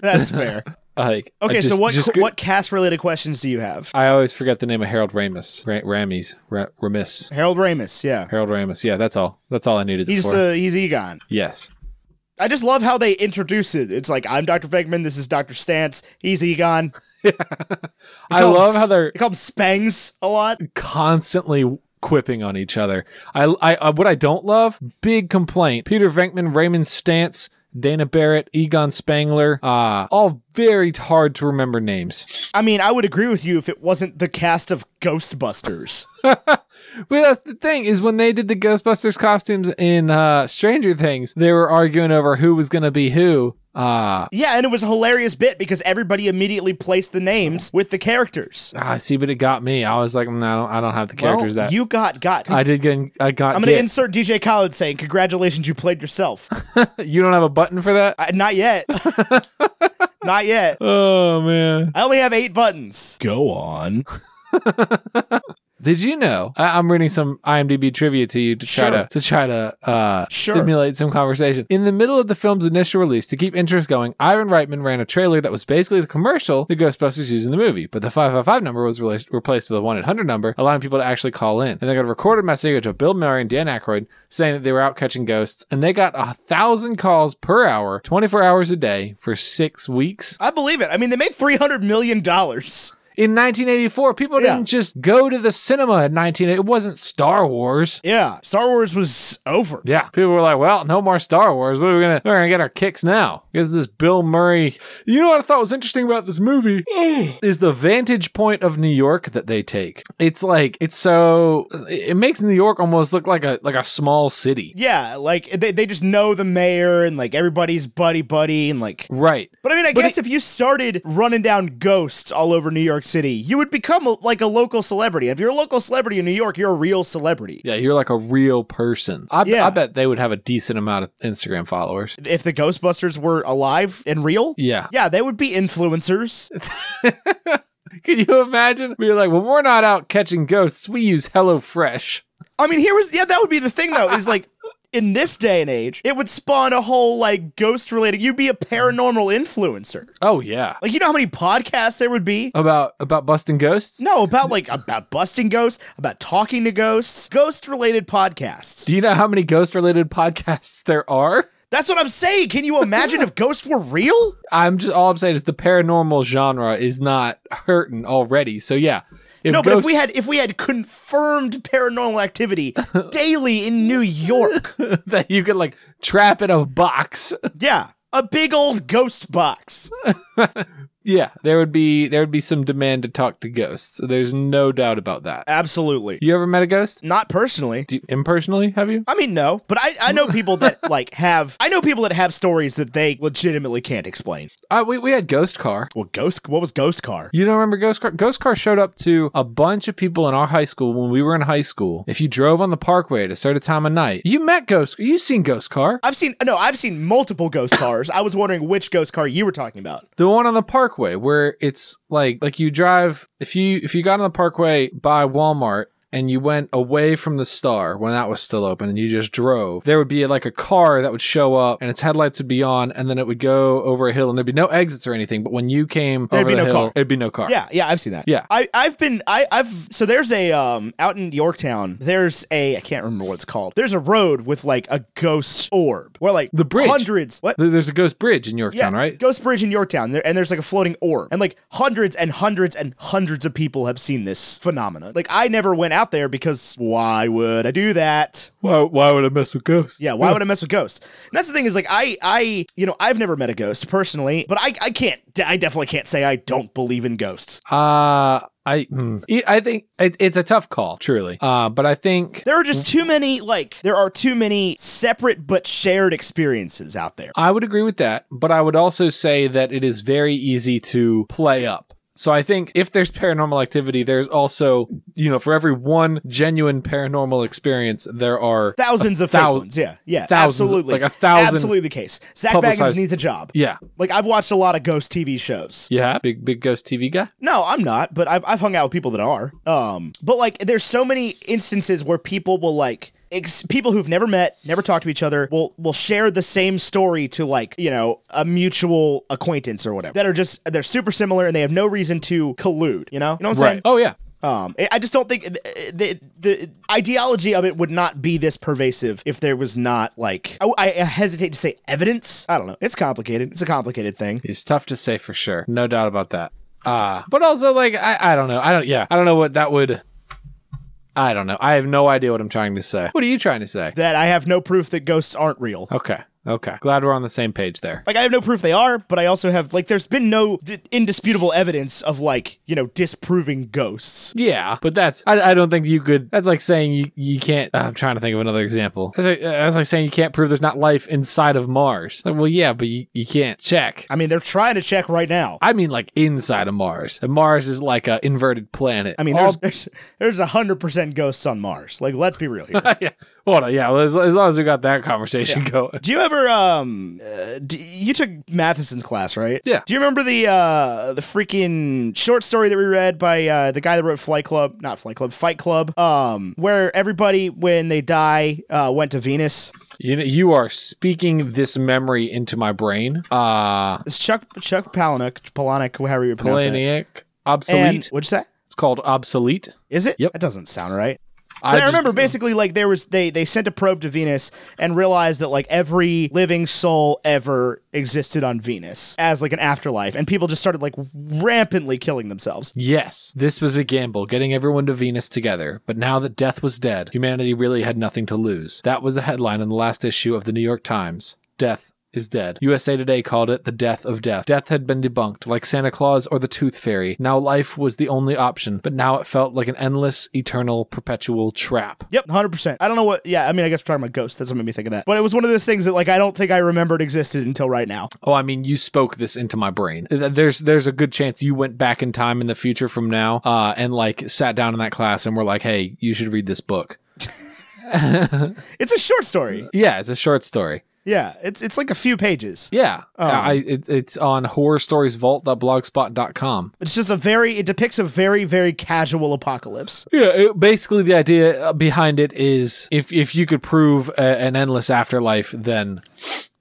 that's fair.
Like, I
Okay, so
just-
what
just go-
what cast related questions do you have?
I always forget the name of Harold Ramis. Ra- Ramis. Ra- Ramis.
Harold Ramis, yeah.
Harold Ramis. Yeah, that's all. That's all I needed.
He's
for.
the he's Egon.
yes.
I just love how they introduce it. It's like I'm Dr. Fegman, this is Dr. Stance, he's Egon. They
I
call him
love
S-
how they're
they call him Spangs a lot.
constantly quipping on each other. I, I, I what I don't love. Big complaint. Peter Venkman, Raymond Stantz, Dana Barrett, Egon Spangler. Uh, all very hard to remember names.
I mean, I would agree with you if it wasn't the cast of Ghostbusters.
But that's the thing is when they did the Ghostbusters costumes in uh, Stranger Things, they were arguing over who was going to be who. Ah,
Yeah, and it was a hilarious bit because everybody immediately placed the names with the characters.
ah, see, but it got me. I was like, mm, I don't, I don't have the characters
well,
that
you got got.
I did get. I got.
I'm gonna
get-
insert DJ Khaled saying, "Congratulations, you played yourself."
you don't have a button for that.
I, not yet. not yet.
Oh man!
I only have eight buttons.
Go on.
Did you know? I- I'm reading some IMDb trivia to you to try
Sure.
to to try to uh,
Sure.
stimulate some conversation. In the middle of the film's initial release, to keep interest going, Ivan Reitman ran a trailer that was basically the commercial the Ghostbusters used in the movie, but the 555 number was replaced replaced with a 1 800 number, allowing people to actually call in. And they got a recorded message of Bill Murray and Dan Aykroyd saying that they were out catching ghosts, and they got a thousand calls per hour, 24 hours a day, for six weeks.
I believe it. I mean, they made three hundred million dollars.
In 1984, people
Yeah.
didn't just go to the cinema in 19. It wasn't Star Wars.
Yeah, Star Wars was over.
Yeah, people were like, "Well, no more Star Wars. What are we gonna? We're gonna get our kicks now." Because this Bill Murray. You know what I thought was interesting about this movie is the vantage point of New York that they take. It's like it's so. It it makes New York almost look like a like a small city.
Yeah, like they, they just know the mayor and like everybody's buddy buddy and like.
Right.
But I mean, I guess if you started running down ghosts all over New York City, you would become a, like a local celebrity. If you're a local celebrity in New York, you're a real celebrity.
Yeah, you're like a real person. I,
Yeah.
I bet they would have a decent amount of Instagram followers.
If the Ghostbusters were alive and real,
Yeah.
yeah, they would be influencers.
Can you imagine? We're like, when we're not out catching ghosts, we use HelloFresh.
I mean, here was yeah, that would be the thing though. Is like in this day and age, it would spawn a whole like ghost related. You'd be a paranormal influencer.
Oh yeah.
Like you know how many podcasts there would be.
About about busting ghosts?
No, about like about busting ghosts, about talking to ghosts, ghost related podcasts.
Do you know how many ghost related podcasts there are?
That's what I'm saying. Can you imagine if ghosts were real?
I'm just all I'm saying is the paranormal genre is not hurting already. So yeah. If
No, but if we
ghosts-
had if we had confirmed paranormal activity daily in New York,
that you could like trap in a box.
yeah, a big old ghost box.
yeah, there would be there would be some demand to talk to ghosts. There's no doubt about that.
Absolutely.
You ever met a ghost?
Not personally.
Do you, impersonally, have you?
I mean, no, but I, I know people that like have I know people that have stories that they legitimately can't explain.
Uh, we we had Ghost Car.
Well, ghost. What was ghost car?
You don't remember Ghost Car? Ghost Car showed up to a bunch of people in our high school when we were in high school. If you drove on the parkway at a certain time of night, you met Ghost. You've seen Ghost Car,
I've seen no, I've seen multiple ghost cars. I was wondering which ghost car you were talking about.
the one on the parkway where it's like like you drive. If you if you got on the parkway by Walmart and you went away from the star when that was still open and you just drove, there would be like a car that would show up and its headlights would be on and then it would go over a hill and there'd be no exits or anything. But when you came
There'd
over
be
the
no
hill,
car.
it'd be no car.
Yeah, yeah, I've seen that.
Yeah.
I, I've been I, I've so there's a um out in Yorktown, there's a I can't remember what it's called. There's a road with like a ghost orb. Where like
The bridge.
hundreds what
There- There's a ghost bridge in Yorktown, right?
Ghost Bridge in Yorktown, there, and there's like a floating orb, and like hundreds and hundreds and hundreds of people have seen this phenomenon. Like I never went out there because why would I do that?
Why, why would I mess with ghosts?
Yeah, why would I mess with ghosts? And that's the thing is like I I you know I've never met a ghost personally, but I I can't I definitely can't say I don't believe in ghosts.
Uh I hmm. I- I think it, it's a tough call, truly. Uh, but I think
There are just too many like there are too many separate but shared experiences out there.
I would agree with that. But I would also say that it is very easy to play up. So I think if there's paranormal activity, there's also you know for every one genuine paranormal experience, there are
Thousands of
thou-
fake ones. Yeah. Yeah.
thousands,
absolutely.
like a thousand
Absolutely the case. Zach Baggins
publicized-
needs a job.
yeah
Like I've watched a lot of ghost TV shows.
yeah big big ghost TV guy.
No, I'm not, but I've I've hung out with people that are. Um, but like there's so many instances where people will like ex- people who've never met, never talked to each other will will share the same story to like, you know, a mutual acquaintance or whatever. That are just they're super similar and they have no reason to collude, you know? You know what I'm saying?
Oh yeah.
Um, I- I just don't think the, the the ideology of it would not be this pervasive if there was not like I, I hesitate to say evidence. I don't know. It's complicated. It's a complicated thing.
It's tough to say for sure. No doubt about that. Uh, but also like I, I don't know. I don't yeah. I don't know what that would I don't know. I have no idea what I'm trying to say. What are you trying to say?
That I have no proof that ghosts aren't real.
Okay. Okay. Glad we're on the same page there.
Like I have no proof they are, but I also have like there's been no d- indisputable evidence of like, you know, disproving ghosts.
Yeah, but that's I, I don't think you could. That's like saying you you can't. uh, I'm trying to think of another example. That's like, uh, that's like saying you can't prove there's not life inside of Mars. Like, well, yeah, but you, you can't check.
I mean, they're trying to check right now.
I mean, like inside of Mars. And Mars is like a inverted planet.
I mean,
All-
there's there's there's a hundred percent ghosts on Mars. Like, let's be real here.
yeah. Well, yeah. well, As, as long as we got that conversation going.
Do you ever um, uh, do, you took Matheson's class, right?
Yeah.
Do you remember the uh the freaking short story that we read by uh the guy that wrote Flight Club, not Flight Club, Fight Club, um, where everybody when they die uh went to Venus?
You know, you are speaking this memory into my brain. Uh
It's Chuck Chuck Palahniuk, Palahniuk, however you pronounce it.
Planiac.
And
Obsolete.
what'd you say?
it's called obsolete.
Is it?
Yep.
That doesn't sound right.
I,
But I,
just-
remember basically like there was they they sent a probe to Venus and realized that like every living soul ever existed on Venus as like an afterlife and people just started like rampantly killing themselves.
Yes, this was a gamble, getting everyone to Venus together. But now that death was dead, humanity really had nothing to lose. That was the headline in the last issue of the New York Times Death is dead. USA Today called it the death of death. Death had been debunked, like Santa Claus or the Tooth Fairy. Now life was the only option, but now it felt like an endless, eternal, perpetual trap.
Yep, 100%. I don't know what yeah, I mean I guess we're talking about ghosts, that's what made me think of that. But it was one of those things that like I don't think I remembered existed until right now.
Oh, I mean, you spoke this into my brain. Th- There's there's a good chance you went back in time in the future from now, uh, and like sat down in that class and were like, "Hey, you should read this book."
It's a short story.
Yeah, it's a short story.
Yeah, it's it's like a few pages.
Yeah, I, it, it's on horrorstoriesvault.blogspot.com.
It's just a very it depicts a very very casual apocalypse.
Yeah, it, basically the idea uh, behind it is if if you could prove a, an endless afterlife, then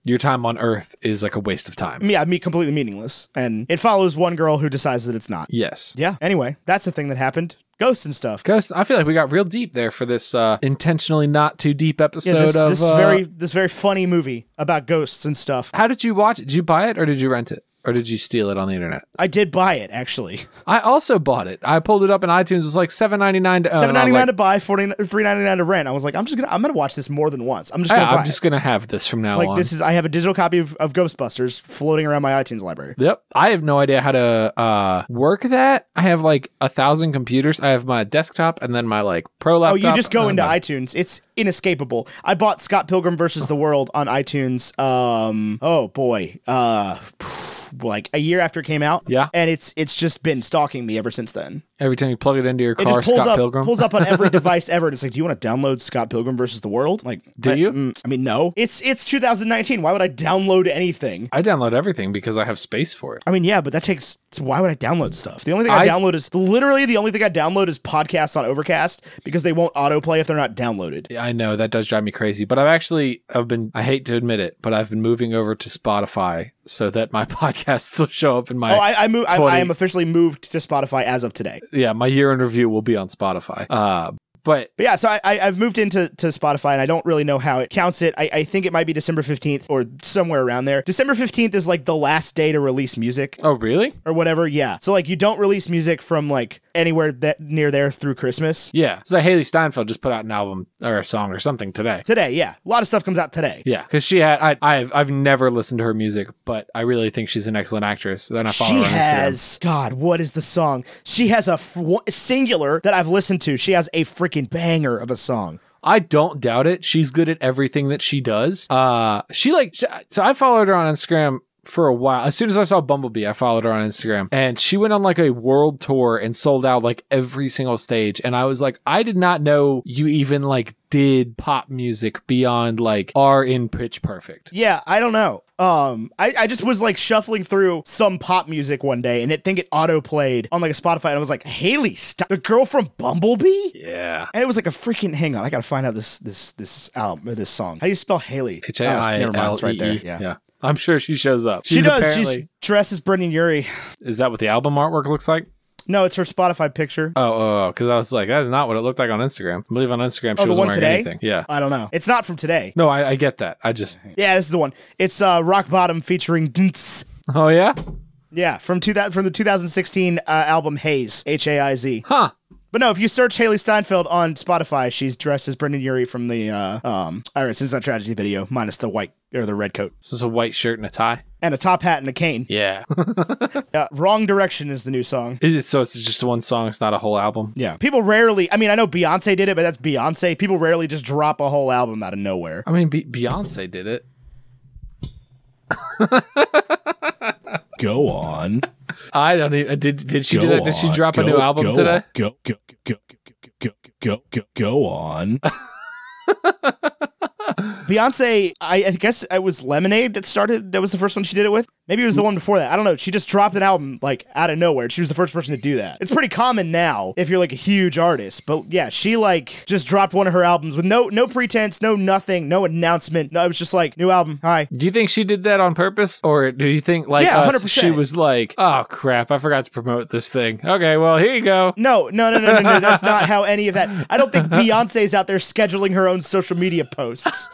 your time on Earth is like a waste of time.
Yeah, me completely meaningless and it follows one girl who decides that it's not.
Yes.
Yeah. Anyway, that's the thing that happened. Ghosts and stuff.
Ghost, I feel like we got real deep there for this uh, intentionally not too deep episode
Yeah, this,
of.
this
uh,
very this very funny movie about ghosts and stuff.
how did you watch it? Did you buy it or did you rent it? Or did you steal it on the internet?
I did buy it actually.
I also bought it. I pulled it up in iTunes. It was like seven ninety nine to own.
Seven
and I was
ninety nine
like,
to buy, forty three ninety nine to rent. I was like, I'm just gonna I'm gonna watch this more than once. I'm just gonna
"Yeah,
buy
I'm just
it.
gonna have this from now on.
Like this is I have a digital copy of, of Ghostbusters floating around my iTunes library.
Yep. I have no idea how to uh, work that. I have like a thousand computers. I have my desktop and then my like pro
Oh,
laptop.
you just go
and
into
my-
iTunes. It's inescapable. I bought Scott Pilgrim versus the World on iTunes. Um, oh boy, uh, like a year after it came out.
Yeah.
and it's it's just been stalking me ever since then.
every time you plug it into your
It
car,
just pulls
Scott
up,
Pilgrim.
pulls up on every device ever. And it's like, do you want to download Scott Pilgrim versus the World? Like,
Do
I,
you?
mm, I mean, no. It's it's 2019. Why would I download anything?
I download everything because I have space for it.
I mean, yeah, but that takes. Why would I download stuff? The only thing I,
I-
download is literally the only thing I download is podcasts on Overcast because they won't autoplay if they're not downloaded.
Yeah, I know that does drive me crazy, but I've actually I've been I hate to admit it, but I've been moving over to Spotify so that my podcasts will show up in my
Oh, I I, move, I,
20.
I am officially moved to Spotify as of today.
yeah my year in review will be on Spotify. Uh, but
But yeah, so I, I I've moved into to Spotify and I don't really know how it counts it. I, I think it might be December 15th or somewhere around there. December 15th is like the last day to release music.
oh really?
or whatever. Yeah. So like you don't release music from like anywhere that near there through Christmas.
Yeah. So Haley Steinfeld just put out an album or a song or something today.
Today, yeah. A lot of stuff comes out today.
Yeah, because she had I, I've I've never listened to her music, but I really think she's an excellent actress. And I follow
She
her on Instagram.
has God. What is the song? She has a f- one- singular that I've listened to. She has a freaking banger of a song.
I don't doubt it. She's good at everything that she does. Uh, she like sh- so I followed her on Instagram for a while. As soon as I saw Bumblebee, I followed her on Instagram, and she went on like a world tour and sold out like every single stage. And I was like, I did not know you even like did pop music beyond like are in Pitch Perfect.
Yeah, I don't know. Um, I, I just was like shuffling through some pop music one day, and it think it auto played on like a Spotify, and I was like, Haley, stop the girl from Bumblebee,
Yeah.
and it was like a freaking. Hang on, I gotta find out this this this album or this song. How do you spell Haley?
H
Oh,
A I
never mind,
L
it's
E
right there.
E.
Yeah.
Yeah. I'm sure she shows up.
She
She's
does.
apparently-
She's dressed as Brendan Yuri.
Is that what the album artwork looks like?
No, it's her Spotify picture.
Oh, oh, because I was like, that's not what it looked like on Instagram. I believe on Instagram she wasn't
the one
wearing
today?
anything. Yeah.
I don't know. It's not from today.
No, I, I get that. I just.
Yeah, this is the one. It's uh, Rock Bottom featuring Dntz.
Oh yeah.
Yeah, from two, from the 2016 uh, album Haze, H A I Z.
Huh.
But no, if you search Haley Steinfeld on Spotify, she's dressed as Brendan Urie from the uh, um, Iris Inside Tragedy video, minus the white or the red coat
This is a white shirt and a tie.
and a top hat and a cane.
Yeah.
Uh, Wrong Direction is the new song.
Is it- so it's just one song. It's not a whole album.
Yeah. People rarely, I mean, I know Beyonce did it, but that's Beyonce. People rarely just drop a whole album out of nowhere.
I mean, Be- Beyonce did it.
Go on.
I don't even. Did did she
go
do that? Did she
on,
drop a
go-
new album
go
today?
on, Go go go go go go go go on.
Beyonce, I, I guess it was Lemonade that started, that was the first one she did it with. Maybe it was the one before that. I don't know. She just dropped an album like out of nowhere. She was the first person to do that. It's pretty common now if you're like a huge artist. But yeah, she like just dropped one of her albums with no no pretense, no nothing, no announcement. No, it was just like new album. Hi.
Do you think she did that on purpose, or do you think like
Yeah,
us,
100%.
she was like, "Oh crap, I forgot to promote this thing." Okay, well here you go.
No, no, no, no, no, no. That's not how any of that. I don't think Beyonce's out there scheduling her own social media posts.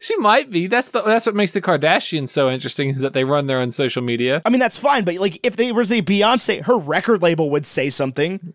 She might be. That's the that's what makes the Kardashians so interesting is that they run their own social media.
I mean, that's fine, but like if they were say Beyonce, her record label would say something.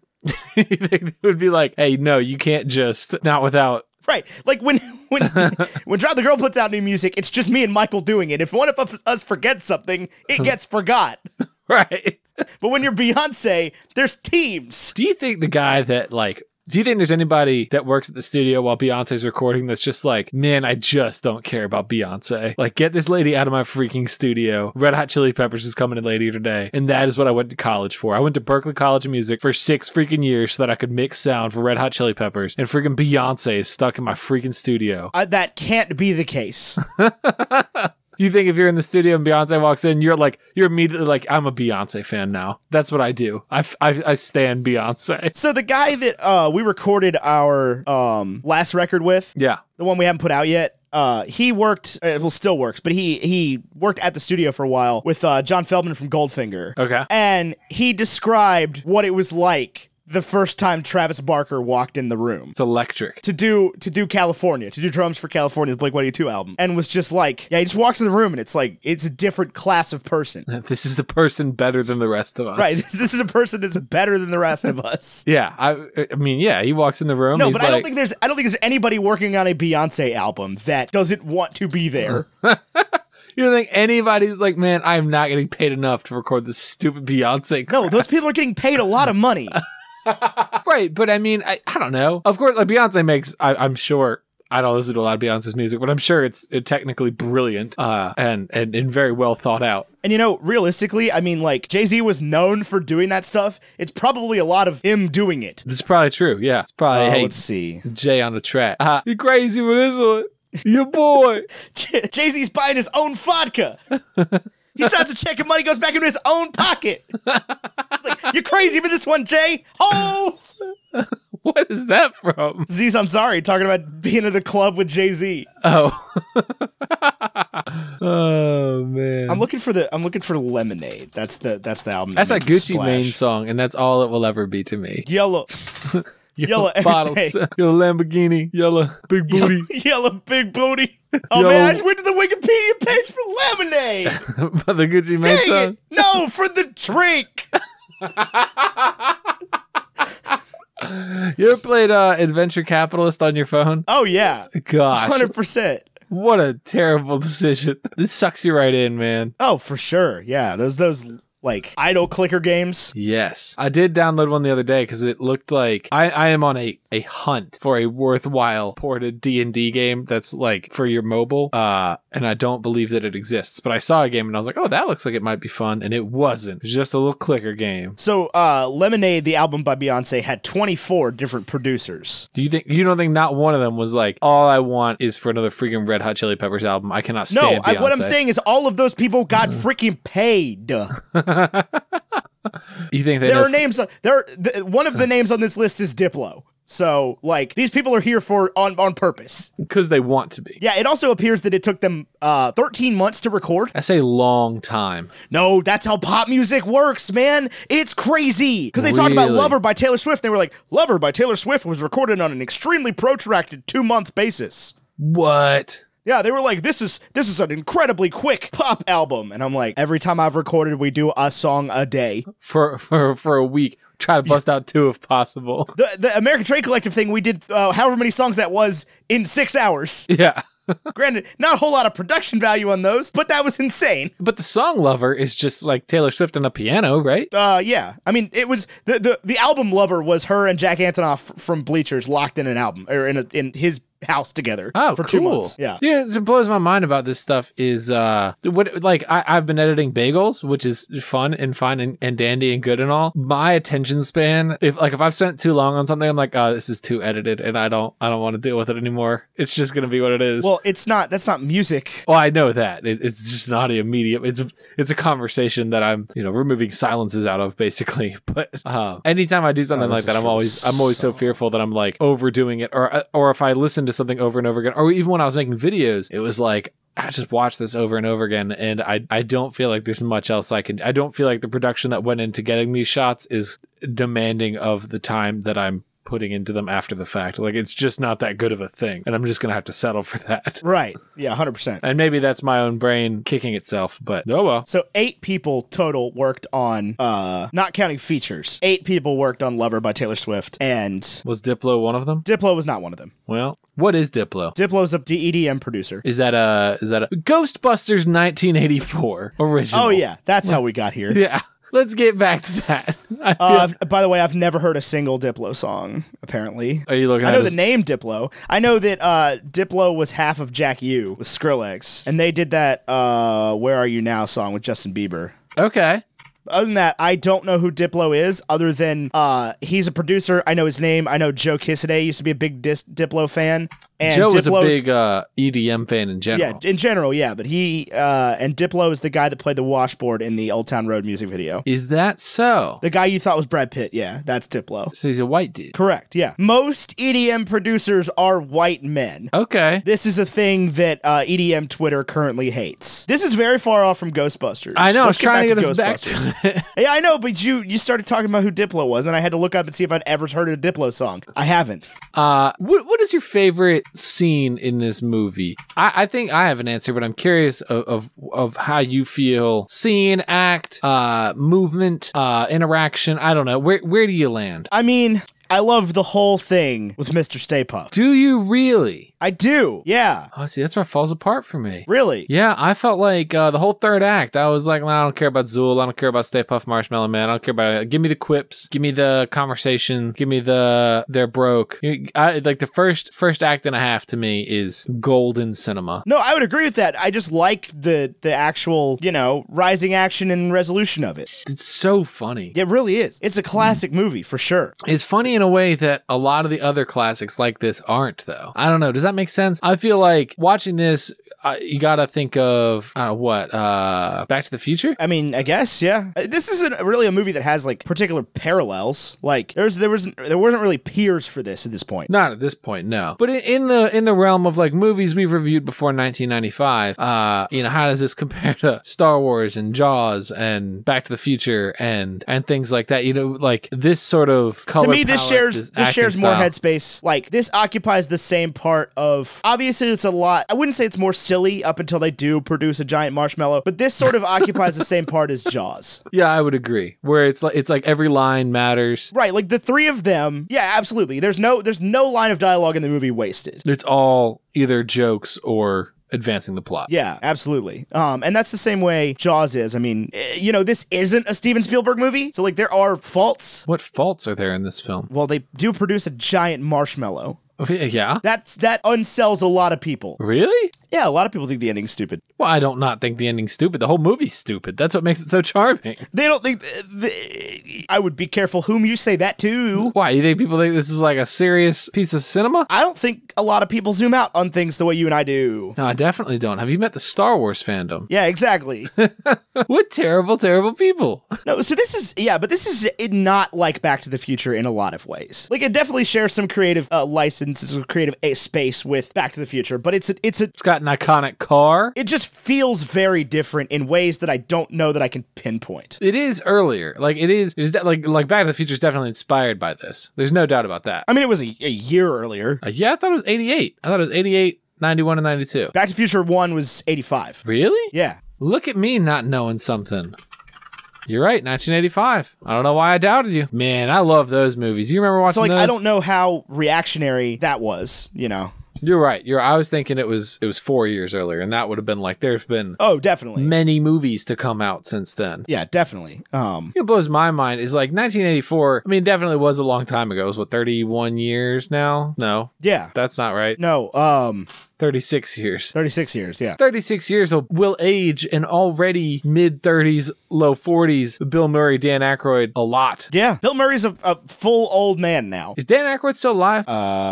You think they would be like, "Hey, no, you can't just not without."
Right. Like when when when Drop the Girl puts out new music, it's just me and Michael doing it. If one of us- us forgets something, it gets forgot.
Right?
But when you're Beyonce, there's teams.
Do you think the guy that like do you think there's anybody that works at the studio while Beyonce's recording that's just like, man, I just don't care about Beyonce? Like, get this lady out of my freaking studio. Red Hot Chili Peppers is coming in later today. And that is what I went to college for. I went to Berkeley College of Music for six freaking years so that I could mix sound for Red Hot Chili Peppers. And freaking Beyonce is stuck in my freaking studio.
Uh, that can't be the case.
You think if you're in the studio and Beyonce walks in, you're like, you're immediately like, I'm a Beyonce fan now. That's what I do. I, f- I, I stand Beyonce.
So the guy that uh, we recorded our um, last record with,
Yeah.
the one we haven't put out yet. Uh, he worked, uh, well, still works, but he he worked at the studio for a while with uh, John Feldman from Goldfinger,
Okay.
and he described what it was like the first time Travis Barker walked in the room
It's electric.
to do to do California, to do drums for California, the Blink One Eighty Two album, and was just like, yeah, he just walks in the room, and it's like it's a different class of person,
This is a person better than the rest of us.
right? This, this is a person that's better than the rest of us.
Yeah. I I mean, yeah, he walks in the room.
No,
he's
but
like,
I don't think there's I don't think there's anybody working on a Beyonce album that doesn't want to be there.
you don't think anybody's like, man, I'm not getting paid enough to record this stupid Beyonce.
No, those people are getting paid a lot of money.
Right. But I mean, I, I don't know. Of course, like Beyonce makes, I, I'm sure. I don't listen to a lot of Beyonce's music, but I'm sure it's uh, technically brilliant uh, and, and and very well thought out.
And you know, realistically, I mean, like, Jay Z was known for doing that stuff. It's probably a lot of him doing it.
That's probably true. Yeah, it's
Uh,
probably hey
let's see.
Jay on the track. Uh, you crazy with this one? Your boy.
Jay Z's buying his own vodka. he signs a check and money goes back into his own pocket. It's like, you're crazy for this one, Jay. Oh!
What is that from?
Z's, I'm sorry, talking about being at a club with Jay Z.
Oh. oh man.
I'm looking for the I'm looking for Lemonade. That's the that's the album. that
That's a
made the
Gucci Mane
splash.
song, and that's all it will ever be to me.
Yellow, Yellow every day.
yellow Lamborghini, yellow big booty.
yellow big booty. Oh
Yo.
man, I just went to the Wikipedia page for Lemonade.
By the Gucci Mane
Dang
song.
it! No, for the drink.
You ever played uh, Adventure Capitalist on your phone?
Oh yeah,
Gosh,
hundred percent.
what a terrible decision. This sucks you right in, man.
Oh, for sure. Yeah, those those like idle clicker games.
Yes, I did download one the other day because it looked like I, I am on a, a hunt for a worthwhile ported D and D game that's like for your mobile, uh, and I don't believe that it exists. But I saw a game and I was like, oh, that looks like it might be fun, and it wasn't. It was just a little clicker game.
So, uh, Lemonade, the album by Beyonce, had 24 different producers.
Do you think you don't think not one of them was like, all I want is for another freaking Red Hot Chili Peppers album? I cannot
No,
stand.
I, what I'm
Beyonce."
saying is all of those people got
Mm-hmm.
freaking paid. There
you think they know?
are names. uh, There, are, th- one of the names on this list is Diplo. So, like, these people are here for on on purpose.
because they want to be.
Yeah, it also appears that it took them uh, 13 months to record.
That's a long time.
No, that's how pop music works, man. It's crazy. Because they talked about
Really?
Lover by Taylor Swift. And they were like, Lover by Taylor Swift was recorded on an extremely protracted two month basis.
What?
Yeah, they were like, "This is this is an incredibly quick pop album," and I'm like, "Every time I've recorded, we do a song a day."
for for for a week. Try to bust out two if possible.
The the American Trade Collective thing, we did uh, however many songs that was in six hours.
Yeah.
Granted, not a whole lot of production value on those, but that was insane.
But the song lover is just like Taylor Swift on a piano, right?
Uh, yeah. I mean, it was the, the the album lover was her and Jack Antonoff f- from Bleachers locked in an album or in a, in his house together
Oh,
for
cool.
two months. Yeah.
Yeah, it blows my mind about this stuff is uh what like I, I've been editing bagels, which is fun and fun and, and dandy and good and all. My attention span, if like if I've spent too long on something, I'm like, oh, this is too edited and I don't I don't want to deal with it anymore. It's just gonna be what it is. Well,
Well, it's not that's not music.
Oh, I know that. It, it's just not a medium. It's a, it's a conversation that I'm, you know, removing silences out of basically. But uh, anytime I do something
Oh, this
like that,
is
I'm
for the
always I'm always so
song.
fearful that I'm like overdoing it, or uh, or if I listen to something over and over again, or even when I was making videos, it was like I just watched this over and over again, and I I don't feel like there's much else I can. I don't feel like the production that went into getting these shots is demanding of the time that I'm putting into them after the fact. Like it's just not that good of a thing, and I'm just gonna have to settle for that.
Right. Yeah, 100%.
And maybe that's my own brain kicking itself, but oh well.
So eight people total worked on, uh, not counting features. Eight people worked on "Lover" by Taylor Swift, and
Was Diplo one of them?
Diplo was not one of them.
Well, what is Diplo?
Diplo's a DEDM producer.
Is that a is that a Ghostbusters 1984 original?
Oh yeah, that's how we got here.
yeah. Let's get back to that. I feel-
Uh, I've- by the way, I've never heard a single Diplo song. Apparently,
Are you looking at
I know
his-
the name Diplo. I know that uh, Diplo was half of Jack U with Skrillex, and they did that uh, "Where Are You Now" song with Justin Bieber.
Okay.
Other than that, I don't know who Diplo is. Other than uh, he's a producer. I know his name. I know Joe Kissaday used to be a big dis- Diplo fan. And
Joe is a
Diplo's-
big uh, EDM fan in general.
yeah, in general, yeah. But he uh, and Diplo is the guy that played the washboard in the Old Town Road music video.
Is that so?
The guy you thought was Brad Pitt. Yeah, that's Diplo.
So he's a white dude.
Correct. Yeah. Most EDM producers are white men.
Okay.
This is a thing that uh, EDM Twitter currently hates. This is very far off from Ghostbusters.
I know. I was
Let's
trying to get us back
Ghostbusters.
to it.
Yeah, I know, but you you started talking about who Diplo was, and I had to look up and see if I'd ever heard a Diplo song. I haven't.
Uh, what, what is your favorite scene in this movie? I, I think I have an answer, but I'm curious of, of, of how you feel scene, act, uh, movement, uh, interaction. I don't know. Where, where do you land?
I mean, I love the whole thing with Mr. Stay Puft.
Do you really?
I do. Yeah,
Oh, see, that's where it falls apart for me.
really.
Yeah, I felt like uh, the whole third act. I was like, nah, I don't care about Zool. I don't care about Stay Puff Marshmallow Man. I don't care about it. Give me the quips. Give me the conversation. Give me the they're broke. You- I, like the first first act and a half to me is golden cinema.
No, I would agree with that. I just like the the actual you know rising action and resolution of it.
It's so funny.
It really is. It's a classic movie for sure.
It's funny in a way that a lot of the other classics like this aren't, though. I don't know. Does that make sense? I feel like watching this, uh, you gotta think of I don't know what uh, Back to the Future.
I mean, I guess, yeah. Uh, This isn't really a movie that has like particular parallels. Like there's there was there wasn't really peers for this at this point.
Not at this point, no. But in, in the in the realm of like movies we've reviewed before 1995, uh, you know, how does this compare to Star Wars and Jaws and Back to the Future and and things like that? You know, like this sort of color
to me this
palette,
shares this
acting
shares more
style.
headspace like this occupies the same part of obviously it's a lot i wouldn't say it's more silly up until they do produce a giant marshmallow but this sort of occupies the same part as jaws
Yeah, I would agree. Where it's like it's like every line matters.
right like the three of them yeah absolutely there's no there's no line of dialogue in the movie wasted
It's all either jokes or advancing the plot.
yeah, absolutely. Um, and that's the same way Jaws is. I mean, eh, you know, this isn't a Steven Spielberg movie, so like there are faults.
What faults are there in this film? Oh,
Well, they do produce a giant marshmallow.
Yeah.
That's that unsells a lot of people.
Really?
Yeah, a lot of people think the ending's stupid.
Well, I don't not think the ending's stupid. The whole movie's stupid. That's what makes it so charming.
They don't think. th- th- I would be careful whom you say that to.
Why? You think people think this is like a serious piece of cinema?
I don't think a lot of people zoom out on things the way you and I do.
No, I definitely don't. Have you met the Star Wars fandom?
Yeah, exactly.
what terrible, terrible people.
no, so this is yeah, but this is it not like Back to the Future in a lot of ways. Like it definitely shares some creative uh, licenses or creative a space with Back to the Future, but it's a, it's a
It's got an iconic car.
it just feels very different in ways that I don't know that I can pinpoint.
It is earlier. Like it is it is de- like like Back to the Future is definitely inspired by this. There's no doubt about that.
I mean, it was a, a year earlier.
Uh, yeah, I thought it was 88. I thought it was 88 91 and 92.
Back to the Future 1 was 85.
Really?
Yeah.
Look at me not knowing something. You're right, 1985. I don't know why I doubted you. Man, I love those movies. You remember watching
So like
those?
I don't know how reactionary that was, you know.
You're right. You're I was thinking it was it was 4 years earlier and that would have been like there's been
Oh, definitely.
many movies to come out since then.
Yeah, definitely. Um
You know what blows my mind is like 1984. I mean, it definitely was a long time ago. It was what 31 years now? No,
yeah.
that's not right.
No, um
36 years.
36 years, yeah.
36 years will, will age an already mid 30s, low 40s Bill Murray, Dan Aykroyd a lot.
Yeah. Bill Murray's a, a full old man now.
Is Dan Aykroyd still alive?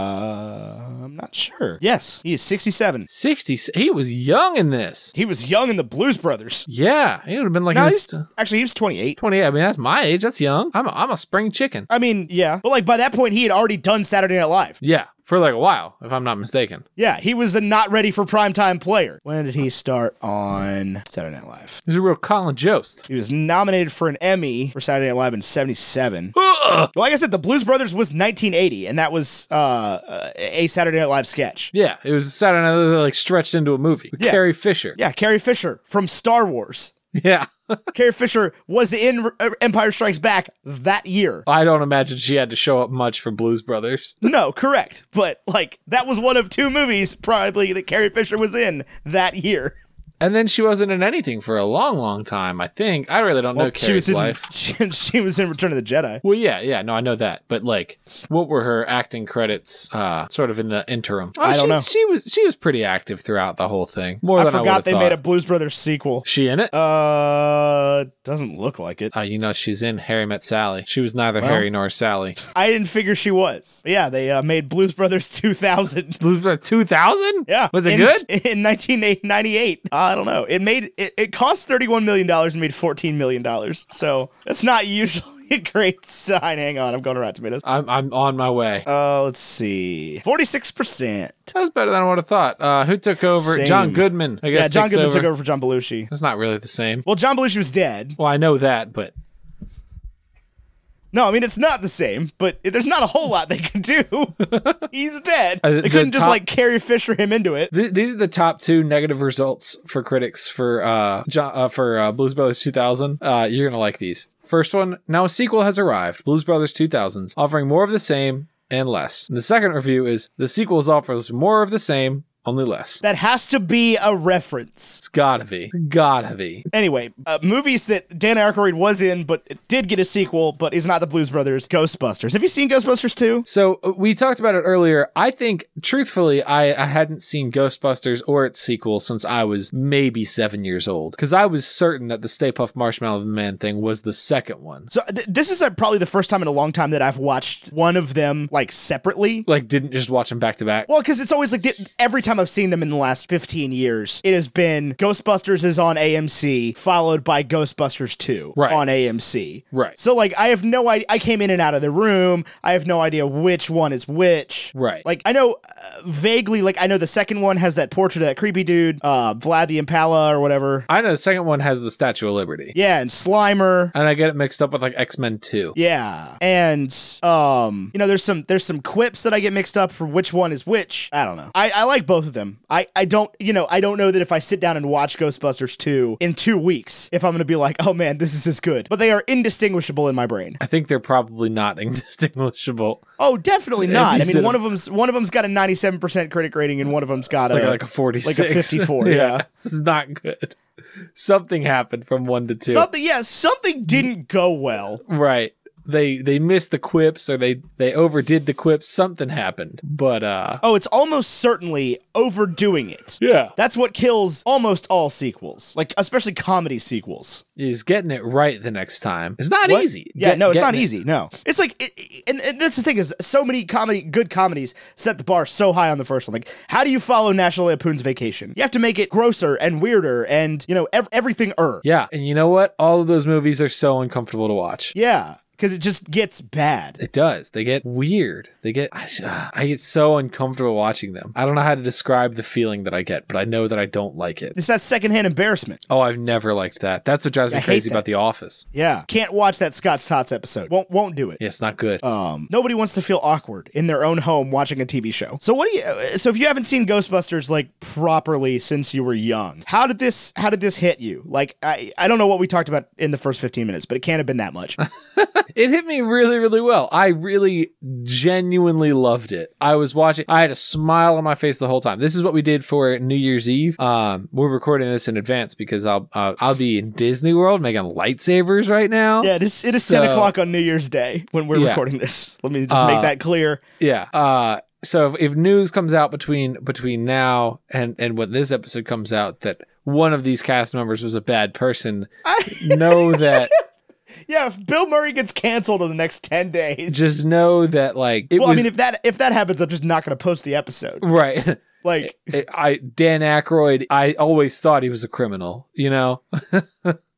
Uh I'm not sure. Yes, he is 67.
60. He was young in this.
He was young in the Blues Brothers.
Yeah, he uh, would have been like
No,
in
he's
his
actually he was 28.
28. I mean, that's my age. That's young. I'm a, I'm a spring chicken.
I mean, yeah. But like by that point he had already done Saturday Night Live.
Yeah, for like a while, if I'm not mistaken.
Yeah, he was a not ready for primetime player. When did he start on Saturday Night Live?
He's a real Colin Jost.
He was nominated for an Emmy for Saturday Night Live in 77.
Ugh.
Well, like I said, the Blues Brothers was 1980, and that was uh, uh, a Saturday Night Live sketch.
Yeah, it was Saturday Night Live, like stretched into a movie. With
Yeah.
Carrie Fisher.
Yeah, Carrie Fisher from Star Wars.
Yeah.
Carrie Fisher was in uh, Empire Strikes Back that year.
I don't imagine she had to show up much for Blues Brothers.
No, correct. But, like, that was one of two movies, probably, that Carrie Fisher was in that year.
And then she wasn't in anything for a long, long time, I think. I really don't know
she
Carrie's
was in,
life.
She, she was in Return of the Jedi.
Well, yeah, yeah, no, I know that, but like, what were her acting credits? Uh, sort of in the interim. Oh,
I don't
she,
know.
She was she was pretty active throughout the whole thing. More
I
than I
forgot
would've
they
thought.
made a Blues Brothers sequel.
She in it?
Uh, doesn't look like it.
Oh, you know she's in Harry Met Sally. She was neither Harry nor Sally.
I didn't figure she was. But yeah, they uh, made Blues Brothers 2000.
uh, Two thousand?
Yeah.
Was it
in,
good?
In 1998. I don't know. It made it, it cost 31 million dollars and made 14 million dollars. So, that's not usually a great sign. Hang on, I'm going to Rotten Tomatoes.
I'm I'm on my way.
Uh, let's see. 46%.
That was better than I would have thought. Uh, who took over?
Same.
John Goodman. I guess
Yeah, John
takes
Goodman
over.
took over for John Belushi.
That's not really the same.
Well, John Belushi was dead.
Well, I know that, but
No, I mean it's not the same, but it- there's not a whole lot they could do. He's dead.
Uh,
They
the
couldn't just
top-
like Carrie Fisher him into it.
Th- these are the top two negative results for critics for uh, jo- uh for uh, Blues Brothers 2000. Uh, you're gonna like these. First one. Now a sequel has arrived. Blues Brothers 2000s, offering more of the same and less. And the second review is the sequels offers more of the same, only less.
That has to be a reference.
It's gotta be. It's gotta be.
Anyway, uh, movies that Dan Aykroyd was in, but it did get a sequel, but is not the Blues Brothers. Ghostbusters. Have you seen Ghostbusters 2?
So uh, we talked about it earlier. I think, truthfully, I, I hadn't seen Ghostbusters or its sequel since I was maybe seven years old, because I was certain that the Stay Puft Marshmallow Man thing was the second one.
So th- this is uh, probably the first time in a long time that I've watched one of them like separately.
like didn't just watch them back to back.
Well, because it's always like di- every time I've seen them in the last 15 years, it has been Ghostbusters is on AMC, followed by Ghostbusters 2
Right.
on AMC.
Right.
So, like, I have no idea. I came in and out of the room. I have no idea which one is which.
Right.
Like, I know uh, vaguely, like, I know the second one has that portrait of that creepy dude, uh, Vlad the Impala or whatever.
I know the second one has the Statue of Liberty.
Yeah, and Slimer.
And I get it mixed up with like X Men 2.
Yeah. And um, you know, there's some there's some quips that I get mixed up for which one is which. I don't know. I, I like both of them. I, I don't you know, I don't know that if I sit down and watch Ghostbusters 2 in two weeks, if I'm gonna be like, oh man, this is as good. But they are indistinguishable in my brain.
I think they're probably not indistinguishable.
Oh, definitely
If
not.
you
I
sit-
mean one of them's one of them's got a ninety seven percent critic rating and one of them's got a
Like, like a 46.
54, yeah.
This is not good. Something happened from one to two.
something yeah, something didn't go well.
right. They they missed the quips or they they overdid the quips. Something happened. But uh
Oh, it's almost certainly overdoing it.
Yeah.
That's what kills almost all sequels, like especially comedy sequels.
He's getting it right the next time. It's not
What?
easy.
Yeah,
Get-
no, it's
getting
not
it-
easy. No, it's like, it, it- and, and that's the thing is, so many comedy, good comedies set the bar so high on the first one. Like, how do you follow National Lampoon's Vacation? You have to make it grosser and weirder, and you know, ev- everything er.
Yeah. And you know what? All of those movies are so uncomfortable to watch.
Yeah. because it just gets bad.
It does. They get weird. They get. I, sh- uh, I get so uncomfortable watching them. I don't know how to describe the feeling that I get, but I know that I don't like it.
It's that secondhand embarrassment.
Oh, I've never liked that. That's what drives me
I hate
crazy about
that.
The Office.
Yeah, can't watch that Scott Tots episode. Won't won't do it.
Yeah, it's not good.
Um, nobody wants to feel awkward in their own home watching a TV show. So what do you? uh, So if you haven't seen Ghostbusters like properly since you were young, how did this? How did this hit you? Like I, I don't know what we talked about in the first fifteen minutes, but it can't have been that much.
Uh-huh. It hit me really, really well. I really genuinely loved it. I was watching, I had a smile on my face the whole time. This is what we did for New Year's Eve. Um, we're recording this in advance because I'll uh, I'll be in Disney World making lightsabers right now.
yeah, it is. It is ten
So-
o'clock on New Year's Day when we're
Yeah.
recording this. Let me just make
Uh,
that clear.
Yeah. Uh, so if, if news comes out between between now and and when this episode comes out that one of these cast members was a bad person, know that
Yeah, if Bill Murray gets canceled in the next ten days.
just know that like it
Well, I
was
mean, if that if that happens, I'm just not going to post the episode.
right.
Like,
I- I Dan Aykroyd, I always thought he was a criminal, you know.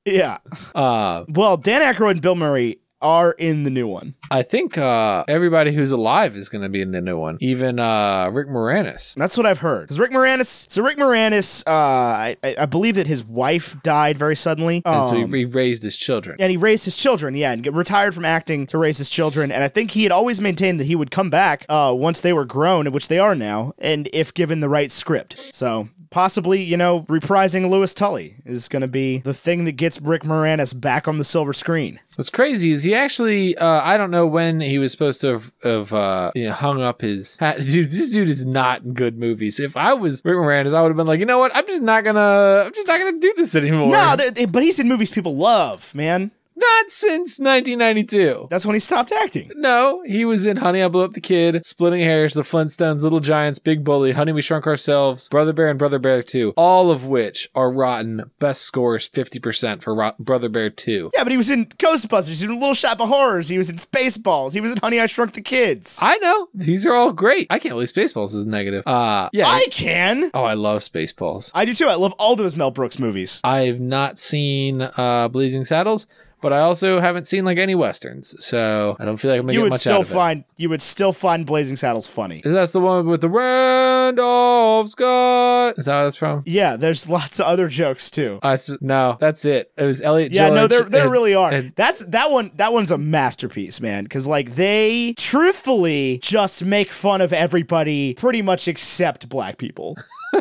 yeah.
Uh,
Well, Dan Aykroyd and Bill Murray are in the new one.
I think uh, everybody who's alive is going to be in the new one, even uh, Rick Moranis.
That's what I've heard. Because Rick Moranis, so Rick Moranis, uh, I, I I believe that his wife died very suddenly.
And so he,
Um,
he raised his children.
and he raised his children, yeah, and get- retired from acting to raise his children. And I think he had always maintained that he would come back uh, once they were grown, which they are now, and if given the right script. So possibly, you know, reprising Lewis Tully is going to be the thing that gets Rick Moranis back on the silver screen.
What's crazy is he actually, uh, I don't know when he was supposed to have, have uh, you know, hung up his hat. Dude, this dude is not in good movies. If I was Rick Moranis, I would have been like, you know what? I'm just not going to, I'm just not going to do this anymore.
No, they- they- but he's in movies people love, man.
not since 1992.
That's when he stopped acting.
No, he was in Honey, I Blew Up the Kid, Splitting Hairs, The Flintstones, Little Giants, Big Bully, Honey, We Shrunk Ourselves, Brother Bear, and Brother Bear 2, all of which are rotten. Best scores 50% for Ro- Brother Bear 2.
Yeah, but he was in Ghostbusters. He was in Little Shop of Horrors. He was in Spaceballs. He was in Honey, I Shrunk the Kids.
I know. These are all great. I can't believe Spaceballs is negative. Uh, yeah.
I can.
oh, I love Spaceballs.
I do too. I love all those Mel Brooks movies.
I've not seen uh, Blazing Saddles, but I also haven't seen like any westerns, so I don't feel like I'm gonna
You
get
would
much
still
out of it.
find you would still find Blazing Saddles funny.
Is that's the one with the Randolph Scott? Is that where that's from?
Yeah, there's lots of other jokes too.
I s- no, that's it. It was Elliot.
Yeah, no,
George
there there
and-
really are.
and-
That's that one that one's a masterpiece, man, cuz like they truthfully just make fun of everybody pretty much except black people.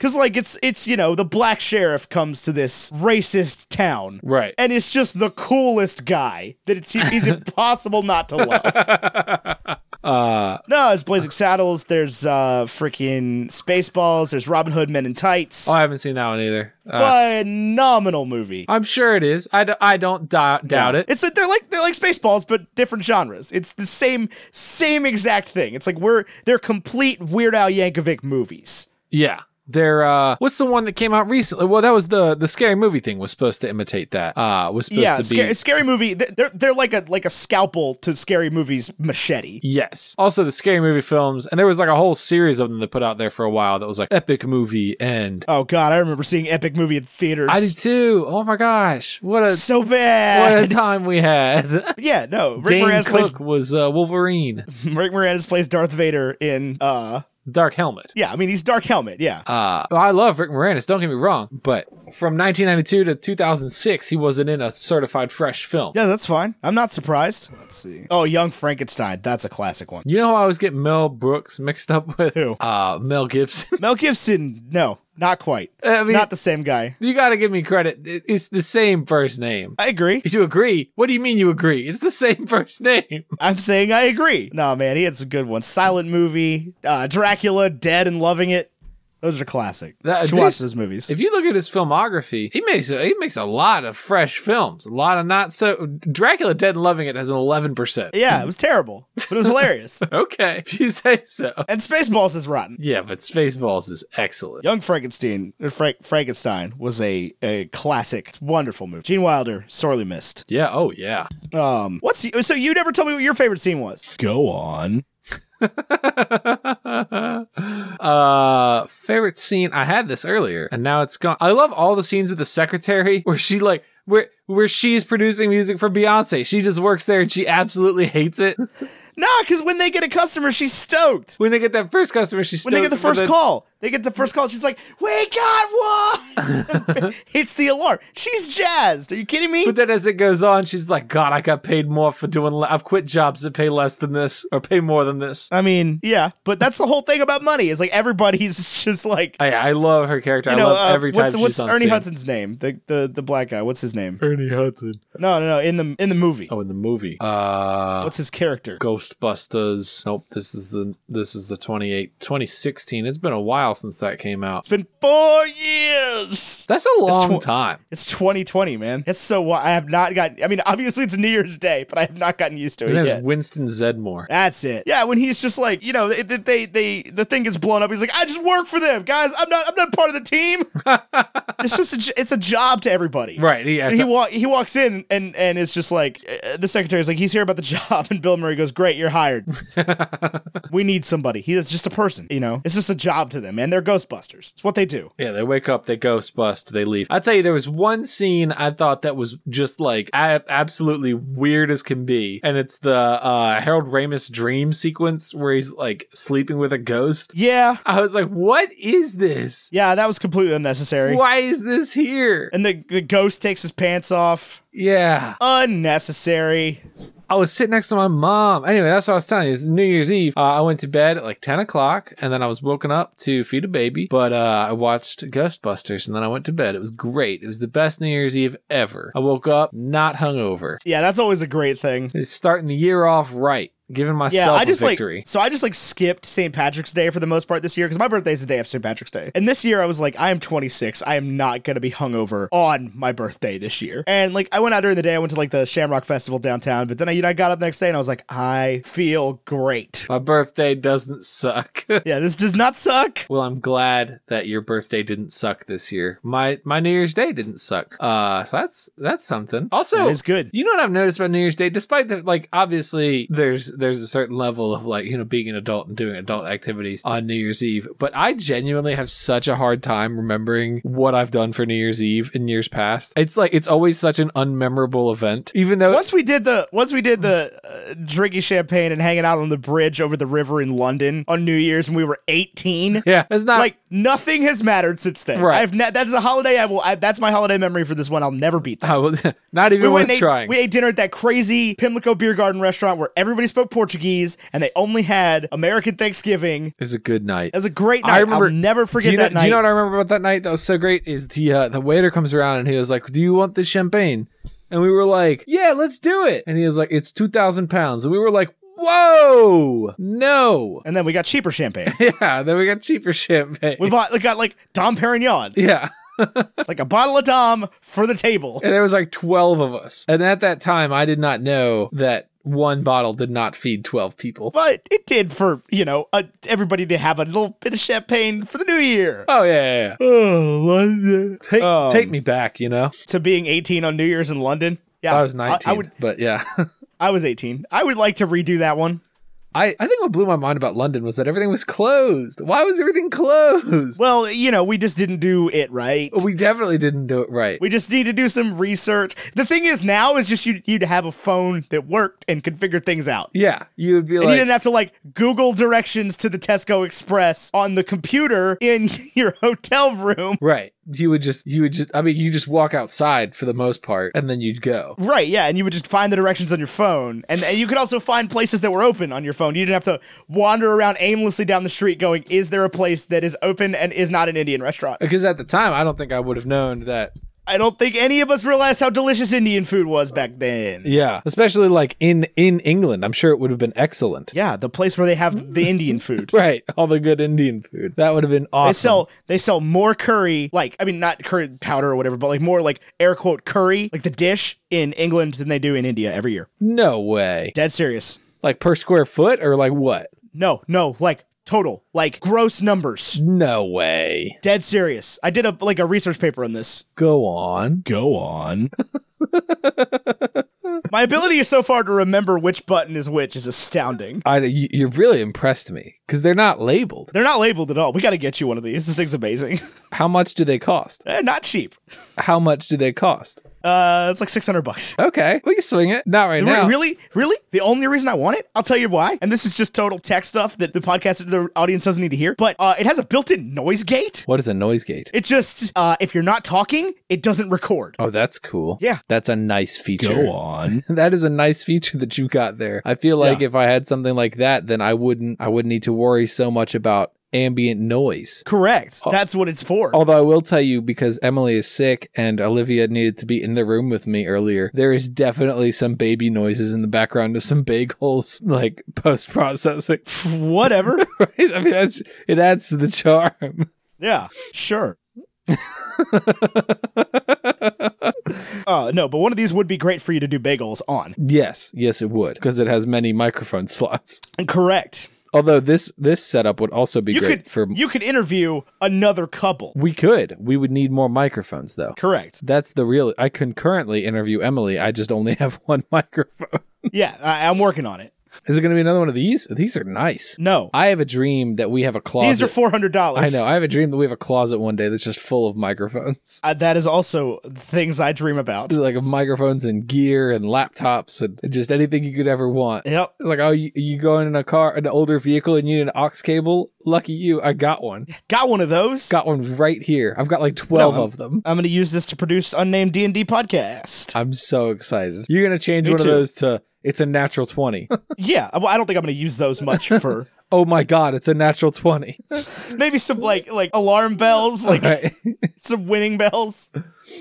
Cuz like it's it's you know, the black sheriff comes to this racist town
Right.
and it's just the coolest guy that it's he's impossible not to love.
Uh,
No, there's Blazing Saddles, there's uh freaking Spaceballs, there's Robin Hood Men in Tights.
oh, I haven't seen that one either. Uh,
Phenomenal movie.
I'm sure it is. I, d- I don't dou- doubt it.
It's like they're like they're like Spaceballs but different genres. It's the same same exact thing. It's like we're they're complete Weird Al Yankovic movies.
Yeah. They're uh what's the one that came out recently? Well, that was the the scary movie thing was supposed to imitate that. Uh was supposed
yeah,
to be
scary, scary movie. They're they're- they're like a like a scalpel to scary movies machete.
Yes. Also the scary movie films, and there was like a whole series of them that put out there for a while that was like epic movie and
Oh god, I remember seeing epic movie in theaters.
I did too. Oh my gosh. What a
so
what a
bad.
time we had.
yeah, no. Rick
Dane
Moranis,
Cook was uh, Wolverine.
plays, Rick Moranis plays Darth Vader in uh
Dark Helmet.
yeah, I mean he's Dark Helmet, yeah.
Uh, I love Rick Moranis, don't get me wrong, but from 1992 to 2006, he wasn't in a certified fresh film.
yeah, that's fine. I'm not surprised. Let's see. Oh, Young Frankenstein. That's a classic one.
You know who I always get Mel Brooks mixed up with?
Who?
Uh, Mel Gibson.
Mel Gibson, no, not quite.
I mean,
not the same guy.
you got to give me credit. It- It's the same first name.
I agree.
You agree? What do you mean you agree? It's the same first name.
I'm saying I agree. No, man, he had some good ones. Silent movie, uh, Dracula, Dead and Loving It. Those are classic.
That-
you should watch
there's-
those movies.
If you look at his filmography, he makes a, he makes a lot of fresh films. A lot of not so Dracula Dead and Loving It has an 11%.
yeah, it was terrible, but it was hilarious.
Okay, if you say so.
And Spaceballs is rotten.
Yeah, but Spaceballs is excellent.
Young Frankenstein, or Frank, Frankenstein was a, a classic, wonderful movie. Gene Wilder, sorely missed.
Yeah, oh yeah.
Um, what's so you never told me what your favorite scene was?
Go on.
uh favorite scene i had this earlier and now it's gone i love all the scenes with the secretary where she like where where she's producing music for Beyonce. She just works there and she absolutely hates it.
Nah, because when they get a customer, she's stoked.
When they get that first customer, she's
When they get the
stoked, but
first
then-
call, they get the first call. She's like, "We got one!" Hits the alarm. She's jazzed. Are you kidding me?
But then as it goes on, she's like, "God, I got paid more for doing. Le- I've quit jobs that pay less than this or pay more than this."
I mean, yeah, but that's the whole thing about money. Is like everybody's just like,
I, I love her character.
you know,
I love
uh,
every time
what's,
she's
what's
on
Ernie
scene.
Hudson's name? The, the the black guy. What's his name?
Ernie Hudson.
No, no, no. In the in the movie,
Oh, in the movie. Uh,
what's his character?
Ghostbusters. Nope, this is the this is the 28 2016. It's been a while since that came out.
It's been four years.
That's a long
tw-
time.
It's 2020, man. It's so. wi- I have not gotten. I mean, obviously it's New Year's Day, but I have not gotten used to
His
it
name's
yet.
Winston Zedmore.
That's it. Yeah, when he's just like, you know, they, they they the thing gets blown up. He's like, I just work for them, guys. I'm not I'm not part of the team. it's just a, j- it's a job to everybody.
Right. Yeah.
And he wa- he walks in and and it's just like uh, the secretary's like he's here about the job and Bill Murray goes great you're hired we need somebody he is just a person you know it's just a job to them and they're Ghostbusters it's what they do
Yeah, they wake up, they ghost bust, they leave. I tell you, there was one scene I thought that was just like a- absolutely weird as can be, and it's the uh, Harold Ramis dream sequence where he's like sleeping with a ghost.
yeah
I was like, "What is this?
yeah that was completely unnecessary
Why is this here?"
and the the ghost takes his pants off
Yeah,
unnecessary
I was sitting next to my mom. Anyway, that's what I was telling you. It's New Year's Eve. Uh, I went to bed at like 10 o'clock and then I was woken up to feed a baby, but uh, I watched Ghostbusters and then I went to bed. It was great. It was the best New Year's Eve ever. I woke up not hungover.
yeah that's always a great thing
It's starting the year off right, giving myself
Yeah, I just
a victory.
like so I just like skipped St. Patrick's Day for the most part this year because my birthday is the day after St. Patrick's Day, and this year I was like, I am 26, I am not gonna be hungover on my birthday this year, and like I went out during the day, I went to like the Shamrock Festival downtown, but then I you know I got up the next day and I was like, I feel great.
my birthday doesn't suck.
yeah, this does not suck.
Well, I'm glad that your birthday didn't suck this year. My my New Year's Day didn't suck. Uh, so that's that's something. Also,
That is good.
You know what I've noticed about New Year's Day, despite the like obviously there's there's a certain level of like, you know, being an adult and doing adult activities on New Year's Eve, but I genuinely have such a hard time remembering what I've done for New Year's Eve in years past. It's like it's always such an unmemorable event. Even though
Once we did the once we did the uh, drinking champagne and hanging out on the bridge over the river in London on New Year's when we were 18,
Yeah, it's not
like nothing has mattered since then.
Right.
I've ne- that's a holiday. I will. I, that's my holiday memory for this one. I'll never beat that.
I will- not even
went
worth
and ate,
trying.
we ate dinner at that crazy Pimlico Beer Garden restaurant where everybody spoke Portuguese and they only had American Thanksgiving.
it was a good night.
It was a great
I
night.
remember-
I'll never forget
do you know,
that night.
Do you know what I remember about that night that was so great? Is the uh, the waiter comes around and he was like, "Do you want the champagne?" And we were like, "Yeah, let's do it." And he was like, "It's two thousand pounds," and we were like, "Whoa, no."
and then we got cheaper champagne.
Yeah, then we got cheaper champagne.
we bought. We got like Dom Perignon,
yeah,
like a bottle of Dom for the table.
and there was like twelve of us. And at that time, I did not know that one bottle did not feed twelve people.
But it did for you know uh everybody to have a little bit of champagne for the new year.
Oh yeah, yeah, yeah.
Oh, London.
take
Um,
take me back. You know,
to being 18 on New Year's in London. Yeah,
I was
I,
nineteen,
would.
but yeah.
I was 18. I would like to redo that one.
I, I think what blew my mind about London was that everything was closed. Why was everything closed?
Well, you know, we just didn't do it right.
We definitely didn't do it right.
We just need to do some research. The thing is now is just you you'd have a phone that worked and could figure things out.
yeah, you would be
And you
like,
didn't have to like Google directions to the Tesco Express on the computer in your hotel room.
right. You would just, you would just, I mean, you just walk outside for the most part and then you'd go.
Right, yeah, and you would just find the directions on your phone. And, and you could also find places that were open on your phone. You didn't have to wander around aimlessly down the street going, is there a place that is open and is not an Indian restaurant?
Because at the time, I don't think I would have known that.
I don't think any of us realized how delicious Indian food was back then.
Yeah. Especially like in, in England, I'm sure it would have been excellent.
Yeah, the place where they have the Indian food.
Right. All the good Indian food. That would have been awesome.
They sell they sell more curry, like I mean not curry powder or whatever, but like more like air quote curry, like the dish in England than they do in India every year.
no way.
Dead serious.
Like per square foot or like what?
No, no, like total, like gross numbers.
No way.
Dead serious. I did a like a research paper on this.
Go on.
Go on.
My ability so far to remember which button is which is astounding.
I, you, you really impressed me. because they're not labeled.
They're not labeled at all. We got to get you one of these. This thing's amazing.
How much do they cost?
Eh, not cheap.
How much do they cost?
Uh, it's like six hundred bucks.
Okay, we can swing it. Not right
Re-
now.
Really, really, the only reason I want it, I'll tell you why. And this is just total tech stuff that the podcast, the audience doesn't need to hear. But uh, it has a built-in noise gate.
what is a noise gate?
It just, uh, if you're not talking, it doesn't record.
Oh, that's cool.
Yeah.
That's a nice feature.
Go on.
That is a nice feature that you got there. I feel like if I had something like that, then I wouldn't I wouldn't need to worry so much about ambient noise.
Correct.
Oh.
That's what it's for.
Although I will tell you, because Emily is sick and Olivia needed to be in the room with me earlier, there is definitely some baby noises in the background of some bagels, like post processing.
Whatever.
Right? I mean, that's it adds to the charm.
yeah. Sure. Uh, no, but one of these would be great for you to do bagels on.
yes, yes, it would because it has many microphone slots.
Correct.
Although this this setup would also be
You
great
could
for
you could interview another couple.
we could we would need more microphones though.
Correct.
That's the real. I concurrently interview Emily. I just only have one microphone.
Yeah, I, I'm working on it.
Is it going to be another one of these? These are nice.
No,
I have a dream that we have a closet.
these are four hundred dollars.
I know. I have a dream that we have a closet one day that's just full of microphones.
Uh, that is also things I dream about.
Like microphones and gear and laptops and just anything you could ever want.
Yep.
Like, oh, you, you going in a car, an older vehicle, and you need an aux cable? Lucky you, I got one.
Got one of those.
Got one right here. I've got like 12
No,
of them.
I'm going to use this to produce unnamed D&D podcast.
I'm so excited. You're going to change
Me
one
too.
of those to it's a natural 20.
yeah, well, I don't think I'm going to use those much for
oh my God, it's a natural 20.
maybe some like like alarm bells, like
Right.
some winning bells.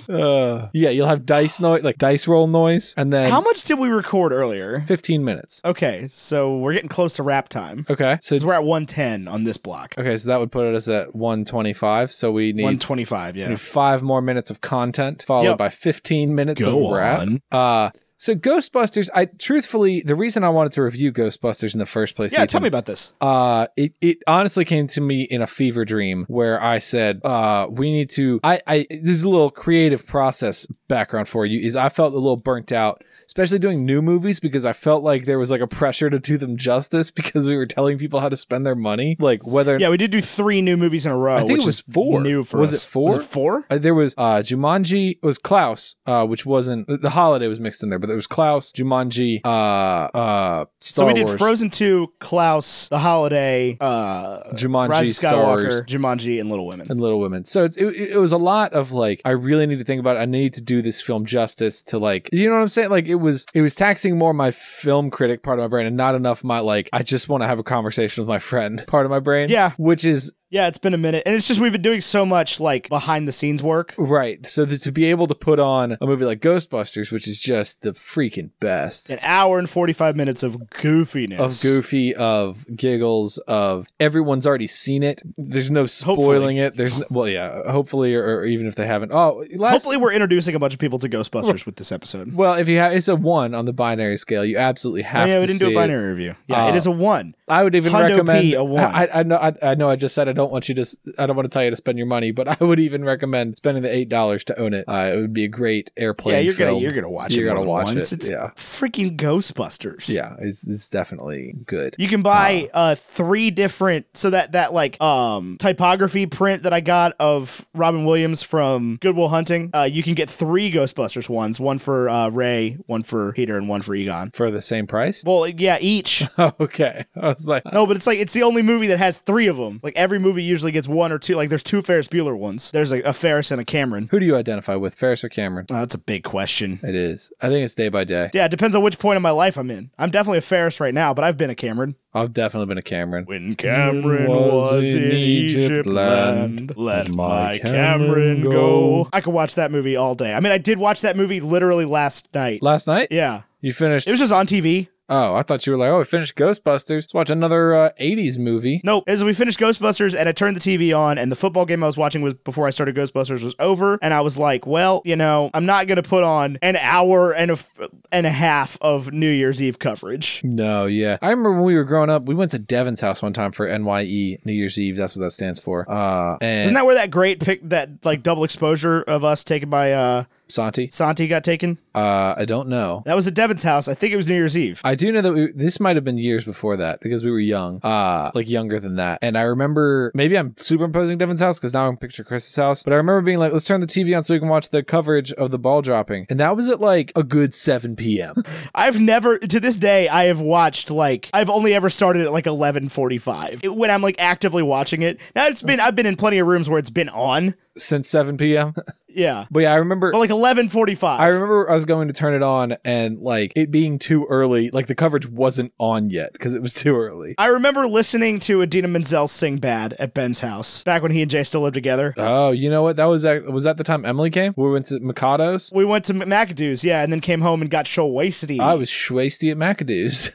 Uh, yeah, you'll have dice noise, like dice roll noise, and then
How much did we record earlier?
15 minutes.
Okay, so we're getting close to wrap time.
Okay. So
'Cause We're at 110 on this block.
Okay, so that would put us at 125. So we need,
125,
we
yeah.
need five more minutes of content, followed
Yep.
by 15 minutes
Go
of wrap.
on.
Uh, so Ghostbusters, I truthfully, the reason I wanted to review Ghostbusters in the first place,
Yeah,
Ethan,
tell me about this.
uh, it it honestly came to me in a fever dream where I said, uh, we need to. I I this is a little creative process background for you. Is I felt a little burnt out, especially doing new movies because I felt like there was like a pressure to do them justice because we were telling people how to spend their money, like whether
Yeah, we did do 3 new movies in a row,
I think
which
it was
is
four.
new for
Was
us.
it four?
Was it 4?
Uh, there was uh, Jumanji. It was Klaus, uh, which wasn't the holiday was mixed in there, but there was Klaus, Jumanji, uh, uh, Star
so we did
Wars,
Frozen 2, Klaus, The Holiday, uh
Jumanji,
Rise of
Star Wars,
Skywalker, Jumanji, and Little Women.
and Little Women. So it's, it, it was a lot of like I really need to think about. It. I need to do this film justice to like you know what I'm saying. Like it was it was taxing more my film critic part of my brain and not enough my like I just want to have a conversation with my friend part of my brain.
Yeah.
which is
Yeah, it's been a minute, and it's just we've been doing so much like behind the scenes work.
right. So that to be able to put on a movie like Ghostbusters, which is just the freaking best.
An hour and forty five minutes of goofiness.
Of goofy, of giggles, of everyone's already seen it. There's no spoiling it. There's no, well, yeah, hopefully, or, or even if they haven't. Oh, last,
Hopefully, we're introducing a bunch of people to Ghostbusters with this episode.
Well, if you have, it's a one on the binary scale. You absolutely have
Oh, yeah,
to
we didn't do
see
a
it.
binary review. Yeah,
Uh,
it is a one.
I would even
Hundo P,
recommend
a one.
I, I know. I, I know. I just said I don't want you to. s- I don't want to tell you to spend your money, but I would even recommend spending the eight dollars to own it. Uh, it would be a great airplane.
Yeah, you're
film.
gonna you're gonna watch
You're
it.
gonna
more
watch
than once.
it,
It's
yeah.
freaking Ghostbusters.
yeah, it's, it's definitely good.
You can buy uh, three different so that that like um typography print that I got of Robin Williams from Goodwill Hunting. Uh, you can get three Ghostbusters ones, one for uh, Ray, one for Peter, and one for Egon.
For the same price.
Well, yeah, each.
okay, I was like,
No, but it's like it's the only movie that has three of them. Like every movie usually gets one or two. Like there's two Ferris Bueller ones. There's like a Ferris and a Cameron.
who do you identify with, Ferris or Cameron?
Oh, that's a big question.
It is. I think it's day by day.
Yeah, it depends on which point in my life I'm in. I'm definitely a Ferris right now, but I've been a Cameron.
I've definitely been a Cameron.
When
Cameron was in Egypt land,
let
my Cameron go.
I could watch that movie all day. I mean, I did watch that movie literally last night.
Last night
Yeah,
you finished.
it was just on TV.
oh, I thought you were like, oh, we finished Ghostbusters. Let's watch another uh, '80s movie.
Nope. As we finished Ghostbusters and I turned the TV on and the football game I was watching was before I started Ghostbusters was over and I was like, well, you know, I'm not going to put on an hour and a f- and a half of New Year's Eve coverage.
No, yeah. I remember when we were growing up, we went to Devin's house one time for NYE New Year's Eve. That's what that stands for. Uh, and
Isn't that where that great pic that like double exposure of us taken by uh
Santi.
Santi got taken.
Uh, I don't know.
That was at Devin's house. I think it was New Year's Eve.
I do know that we, this might have been years before that because we were young, uh, like younger than that. And I remember maybe I'm superimposing Devin's house because now I'm picture Chris's house. But I remember being like, let's turn the TV on so we can watch the coverage of the ball dropping, and that was at like a good 7 p.m.
I've never to this day I have watched like I've only ever started at like 11:45 It- when I'm like actively watching it. Now it's been I've been in plenty of rooms where it's been on.
since 7 p.m.
Yeah.
but yeah, I remember.
But like 11:45.
I remember I was going to turn it on and like it being too early, like the coverage wasn't on yet because it was too early.
I remember listening to Adina Menzel sing bad at Ben's house back when he and Jay still lived together.
Oh, you know what? That was at, was that the time Emily came? We went to Mikado's.
We went to M- McAdoo's, yeah, and then came home and got show wasted.
I was schwasty at McAdoo's.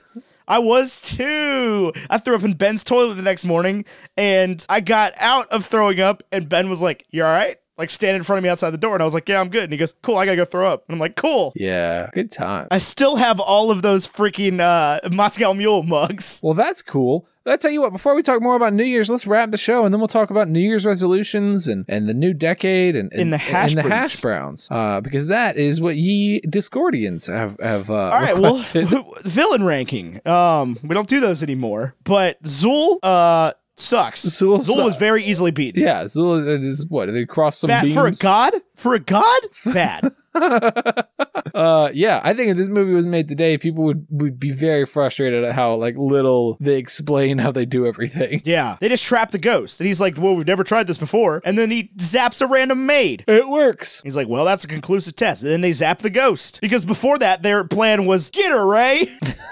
I was too. I threw up in Ben's toilet the next morning, and I got out of throwing up, and Ben was like, "You all right?" Like standing in front of me outside the door, and I was like, "Yeah, I'm good." And he goes, "Cool, I gotta go throw up," and I'm like, "Cool."
Yeah, good time.
I still have all of those freaking uh, Moscow Mule mugs.
Well, that's cool. I tell you what, before we talk more about New Year's, let's wrap the show and then we'll talk about New Year's resolutions and, and the new decade and, and
And the hash
and the
browns.
hash browns. Uh, because that is what ye Discordians have, have uh,
All right, well,
requested.
villain ranking. Um, we don't do those anymore. But Zool, uh, sucks.
Zool suck-
was very easily beaten.
Yeah, so it is what they cross some
Bad
beams.
for a god? For a god? Bad.
uh, yeah, I think if this movie was made today, people would would be very frustrated at how like little they explain how they do everything.
yeah. They just trapped the ghost, and he's like, "Well, we've never tried this before." And then he zaps a random maid.
It works.
He's like, "Well, that's a conclusive test." And then they zap the ghost because before that, their plan was get her, Ray.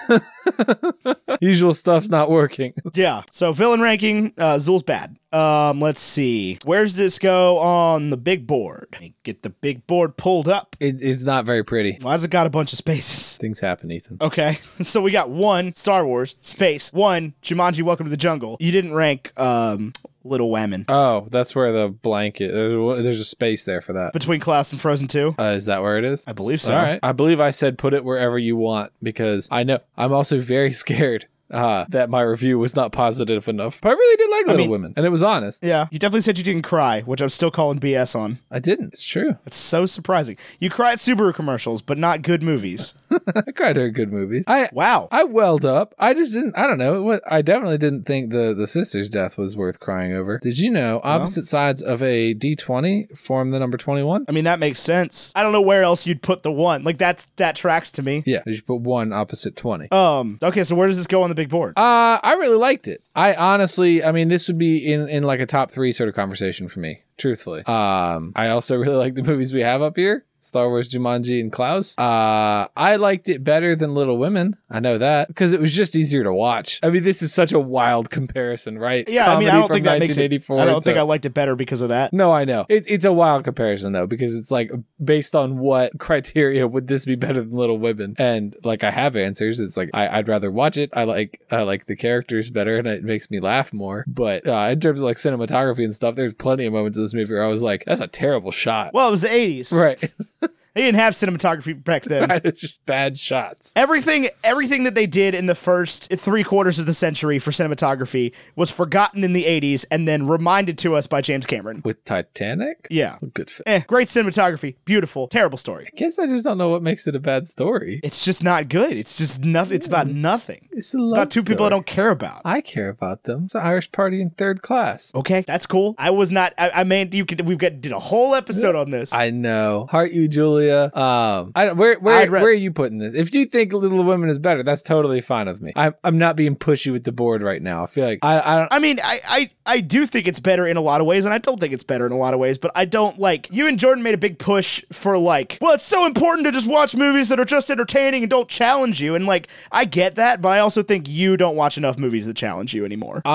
Usual stuff's not working.
Yeah. So villain ranking, uh, Zul's bad. Um, let's see. Where's this go on the big board? Let me get the big board pulled up.
It, it's not very pretty.
Why does it got a bunch of spaces?
Things happen, Ethan.
Okay. So we got one Star Wars space, one Jumanji Welcome to the Jungle. You didn't rank um Little Women
Oh, that's where the blanket. There's a, there's a space there for that.
between Klaus and Frozen 2.
Uh, is that where it is?
I believe so.
All right. I believe I said put it wherever you want because I know I'm also very scared uh, that my review was not positive enough. But I really did like Little
mean-
Women, and it was honest.
Yeah. You definitely said you didn't cry, which I'm still calling BS on.
I didn't. It's true.
That's so surprising. You cry at Subaru commercials, but not good movies.
I cried during good movies. I
Wow.
I welled up. I just didn't. I don't know. What I definitely didn't think the the sister's death was worth crying over. Did you know opposite sides of a d twenty form the number twenty one?
I mean, that makes sense. I don't know where else you'd put the one. Like that's that tracks to me.
Yeah, you should put one opposite twenty.
Um. Okay, so where does this go on the big board?
Uh, I really liked it. I honestly, I mean, this would be in in like a top three sort of conversation for me, truthfully. Um, I also really like the movies we have up here: Star Wars, Jumanji, and Klaus. Uh, I liked it better than Little Women. I know that because it was just easier to watch. I mean, this is such a wild comparison, right?
yeah, I mean,
Comedy
I don't
from
think that makes it. I
1984
don't think
to-
I liked it better because of that.
no, I know. It, it's a wild comparison though, because it's like based on what criteria would this be better than Little Women? And like I have answers. It's like I, I'd rather watch it. I like I like the characters better, and it makes me laugh more. But uh, in terms of like cinematography and stuff, there's plenty of moments in this movie where I was like, "That's a terrible shot."
Well, it was the '80s.
right,
They didn't have cinematography back then.
it's just bad shots.
Everything, everything that they did in the first three quarters of the century for cinematography was forgotten in the '80s and then reminded to us by James Cameron.
With Titanic,
Yeah.
good. Fi-
Eh, great cinematography, beautiful, terrible story.
I guess I just don't know what makes it a bad story.
It's just not good. It's just nothing. It's about nothing. It's
It's a Mm. love
about two people I
story.
don't care about.
I care about them. It's an Irish party in third class.
Okay, that's cool. I was not. I, I mean, you could. We've got did a whole episode on this.
I know. Heart you, Julia. Um, I don't, where where
I'd ra-
where are you putting this? If you think Little Women is better, that's totally fine with me. I'm I'm not being pushy with the board right now. I feel like I I don't.
I mean, I, I I do think it's better in a lot of ways, and I don't think it's better in a lot of ways. But I don't like you and Jordan made a big push for like, well, it's so important to just watch movies that are just entertaining and don't challenge you. And like, I get that, but I also think you don't watch enough movies that challenge you anymore.
Uh,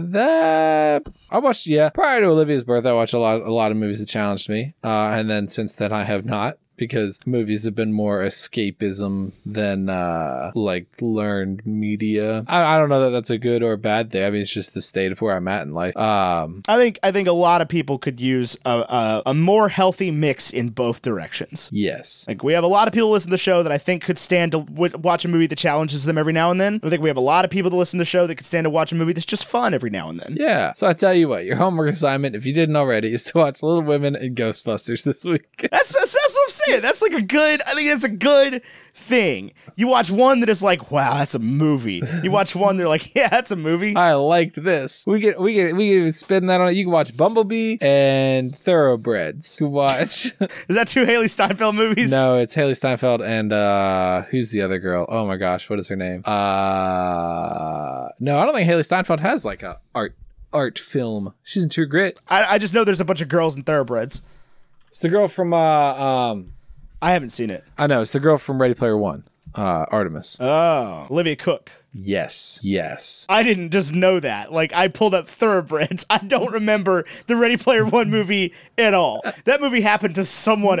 that I watched. Yeah, prior to Olivia's birth, I watched a lot a lot of movies that challenged me. Uh, and then since then, I have not. because movies have been more escapism than uh, like learned media. I, I don't know that that's a good or a bad thing. I mean, it's just the state of where I'm at in life. Um,
I think I think a lot of people could use a, a, a more healthy mix in both directions.
yes.
Like we have a lot of people listen to the show that I think could stand to w- watch a movie that challenges them every now and then. I think we have a lot of people that listen to the show that could stand to watch a movie that's just fun every now and then.
Yeah. So I tell you what, your homework assignment, if you didn't already, is to watch Little Women and Ghostbusters this week.
That's, that's that's what I'm saying. That's like a good. I think that's a good thing. You watch one that is like, wow, that's a movie. You watch one, they're like, yeah, that's a movie.
I liked this. We get we get we can spin that on it. You can watch Bumblebee and Thoroughbreds. Who watch?
Is that two Haley Steinfeld movies?
no, it's Haley Steinfeld and uh who's the other girl? Oh my gosh, what is her name? Uh no, I don't think Haley Steinfeld has like a art art film. She's in True Grit.
I, I just know there's a bunch of girls in thoroughbreds.
It's the girl from uh um
I haven't seen it.
I know, it's the girl from Ready Player One. Uh Artemis.
Oh, Olivia Cook.
yes. Yes.
I didn't just know that. Like I pulled up Thoroughbreds. I don't remember the Ready Player One movie at all. That movie happened to someone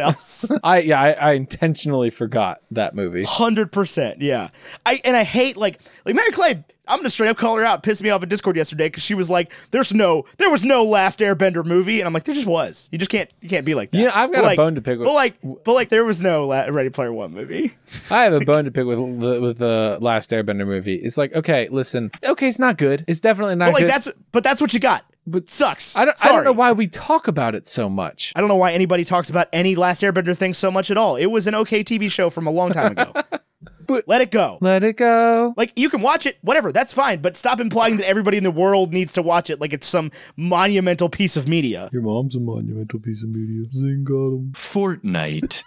else.
I yeah, I, I intentionally forgot that movie.
Hundred percent. Yeah. I and I hate like like Mary Clay. I'm gonna straight up call her out. Pissed me off at Discord yesterday because she was like, "There's no, there was no Last Airbender movie," and I'm like, "There just was. You just can't, you can't be like that."
Yeah, I've got
But,
a
like-
bone to pick with-
But like, but like, there was no La- Ready Player One movie.
I have a bone to pick with the, with the last Airbender movie. It's like, okay, listen, okay, it's not good. It's definitely not
But like
good.
that's, but that's what you got.
But
sucks.
I don't, I
Sorry.
don't know why we talk about it so much.
I don't know why anybody talks about any Last Airbender thing so much at all. It was an okay TV show from a long time ago.
But-
let it go.
Let it go.
Like you can watch it, whatever, that's fine, but stop implying that everybody in the world needs to watch it like it's some monumental piece of media.
Your mom's a monumental piece of media. Zing got him.
Fortnite.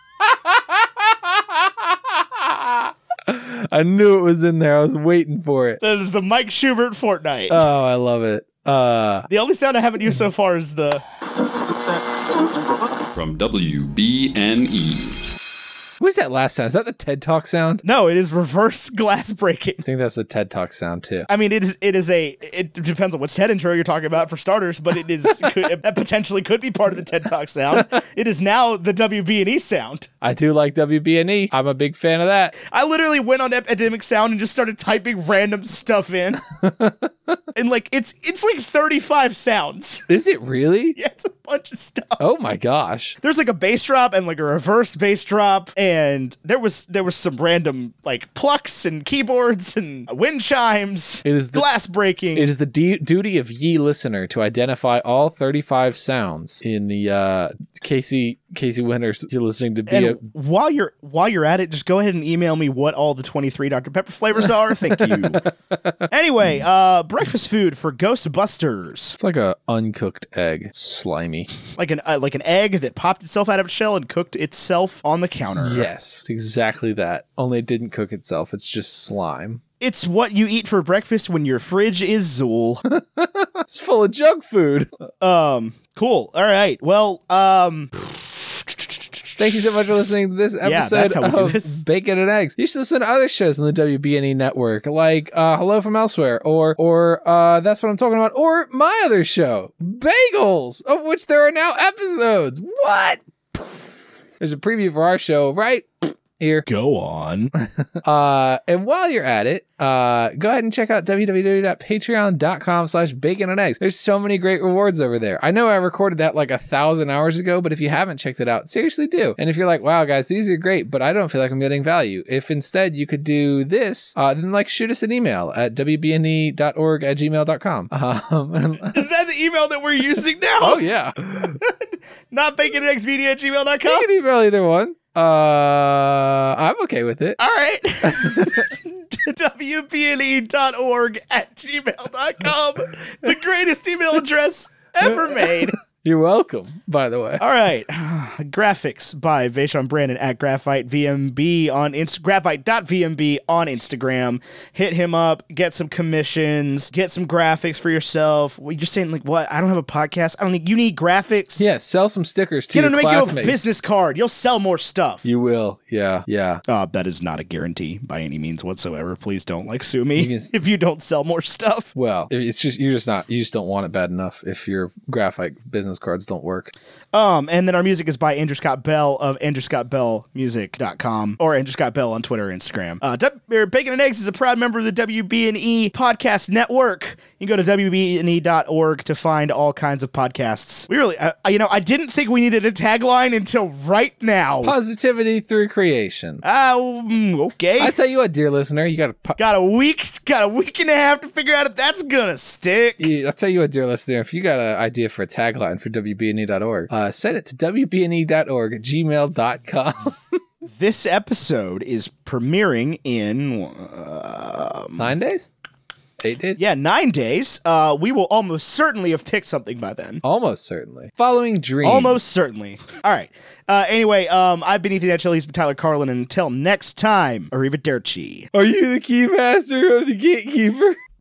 I knew it was in there. I was waiting for it.
That is the Mike Schubert Fortnite.
Oh, I love it. Uh,
the only sound I haven't used so far is the
From WBNE.
what is that last sound? Is that the TED Talk sound?
No, it is reverse glass breaking.
I think that's the TED Talk sound too.
I mean, it is it is a it depends on what TED intro you're talking about for starters, but it is could, that potentially could be part of the TED Talk sound. It is now the WB&E E sound.
I do like WBNE. E. I'm a big fan of that.
I literally went on Epidemic Sound and just started typing random stuff in. and like it's it's like 35 sounds.
Is it really?
yeah, it's a bunch of stuff.
Oh my gosh.
There's like a bass drop and like a reverse bass drop and there was there was some random like plucks and keyboards and wind chimes.
It is the-
glass breaking.
It is the du- duty of ye listener to identify all 35 sounds in the uh, Casey Casey Winters you're listening to be
and
a,
while you're while you're at it, just go ahead and email me what all the 23 Dr. Pepper flavors are. Thank you. anyway, uh breakfast food for Ghostbusters.
it's like a uncooked egg, slimy.
like an uh, like an egg that popped itself out of its shell and cooked itself on the counter.
Yes, it's exactly that. Only it didn't cook itself. It's just slime.
It's what you eat for breakfast when your fridge is Zool.
It's full of junk food.
um cool. All right. Well, um
Thank you so much for listening to this episode
Yeah, that's how we do
of
this.
Bacon and Eggs. You should listen to other shows on the WBNE E network, like uh, Hello from Elsewhere, or or uh, That's What I'm Talking About, or my other show, Bagels, of which there are now episodes. What? There's a preview for our show right here.
Go on.
Uh, and while you're at it, uh, go ahead and check out www.patreon.com slash bacon and eggs. There's so many great rewards over there. I know I recorded that like a thousand hours ago, but if you haven't checked it out, seriously do. And if you're like, wow, guys, these are great, but I don't feel like I'm getting value. If instead you could do this, uh, then like shoot us an email at wbne.org at gmail.com. Um,
is that the email that we're using now?
oh, yeah.
Not baconandeggsmedia at
You
gmail.com.
can email either one. Uh, I'm okay with it.
All right. WPNE.org E at gmail.com. The greatest email address ever made.
You're welcome, by the way.
All right. Graphics by Vaishon Brandon at Graphite VMB on Inst- graphite.vmb on Instagram. Hit him up, get some commissions, get some graphics for yourself. Well, you're saying like what? I don't have a podcast. I don't need you need graphics.
Yeah, sell some stickers to
Get
your
him to make you a
classmates.
business card. You'll sell more stuff.
You will. Yeah. Yeah.
uh, that is not a guarantee by any means whatsoever. Please don't like sue me
can s-
if you don't sell more stuff.
Well, it- it's just you're just not you just don't want it bad enough if your graphite business those cards don't work.
Um, and then our music is by Andrew Scott Bell of andrewscottbellmusic.com or Andrew Scott Bell on Twitter and Instagram. Uh, W- er, Bacon and Eggs is a proud member of the WB&E E Podcast Network. You can go to WB&E.org to find all kinds of podcasts. We really, uh, you know, I didn't think we needed a tagline until right now.
Positivity through creation.
Uh, mm, okay.
I tell you what, dear listener, you got to. Po-
got a week, got a week and a half to figure out if that's gonna stick.
you- I'll tell you what, dear listener, if you got an idea for a tagline for WBNE.org, uh, send it to WBNE.org E at gmail.com.
Um, This episode is premiering in uh,
Nine days? Eight days?
yeah nine days. Uh, we will almost certainly have picked something by then.
Almost certainly. Following dream.
Almost certainly. All right. Uh, anyway, um, I've been Ethan Etchell. He's been Tyler Carlin. And until next time, arrivederci.
Are you the keymaster of the gatekeeper?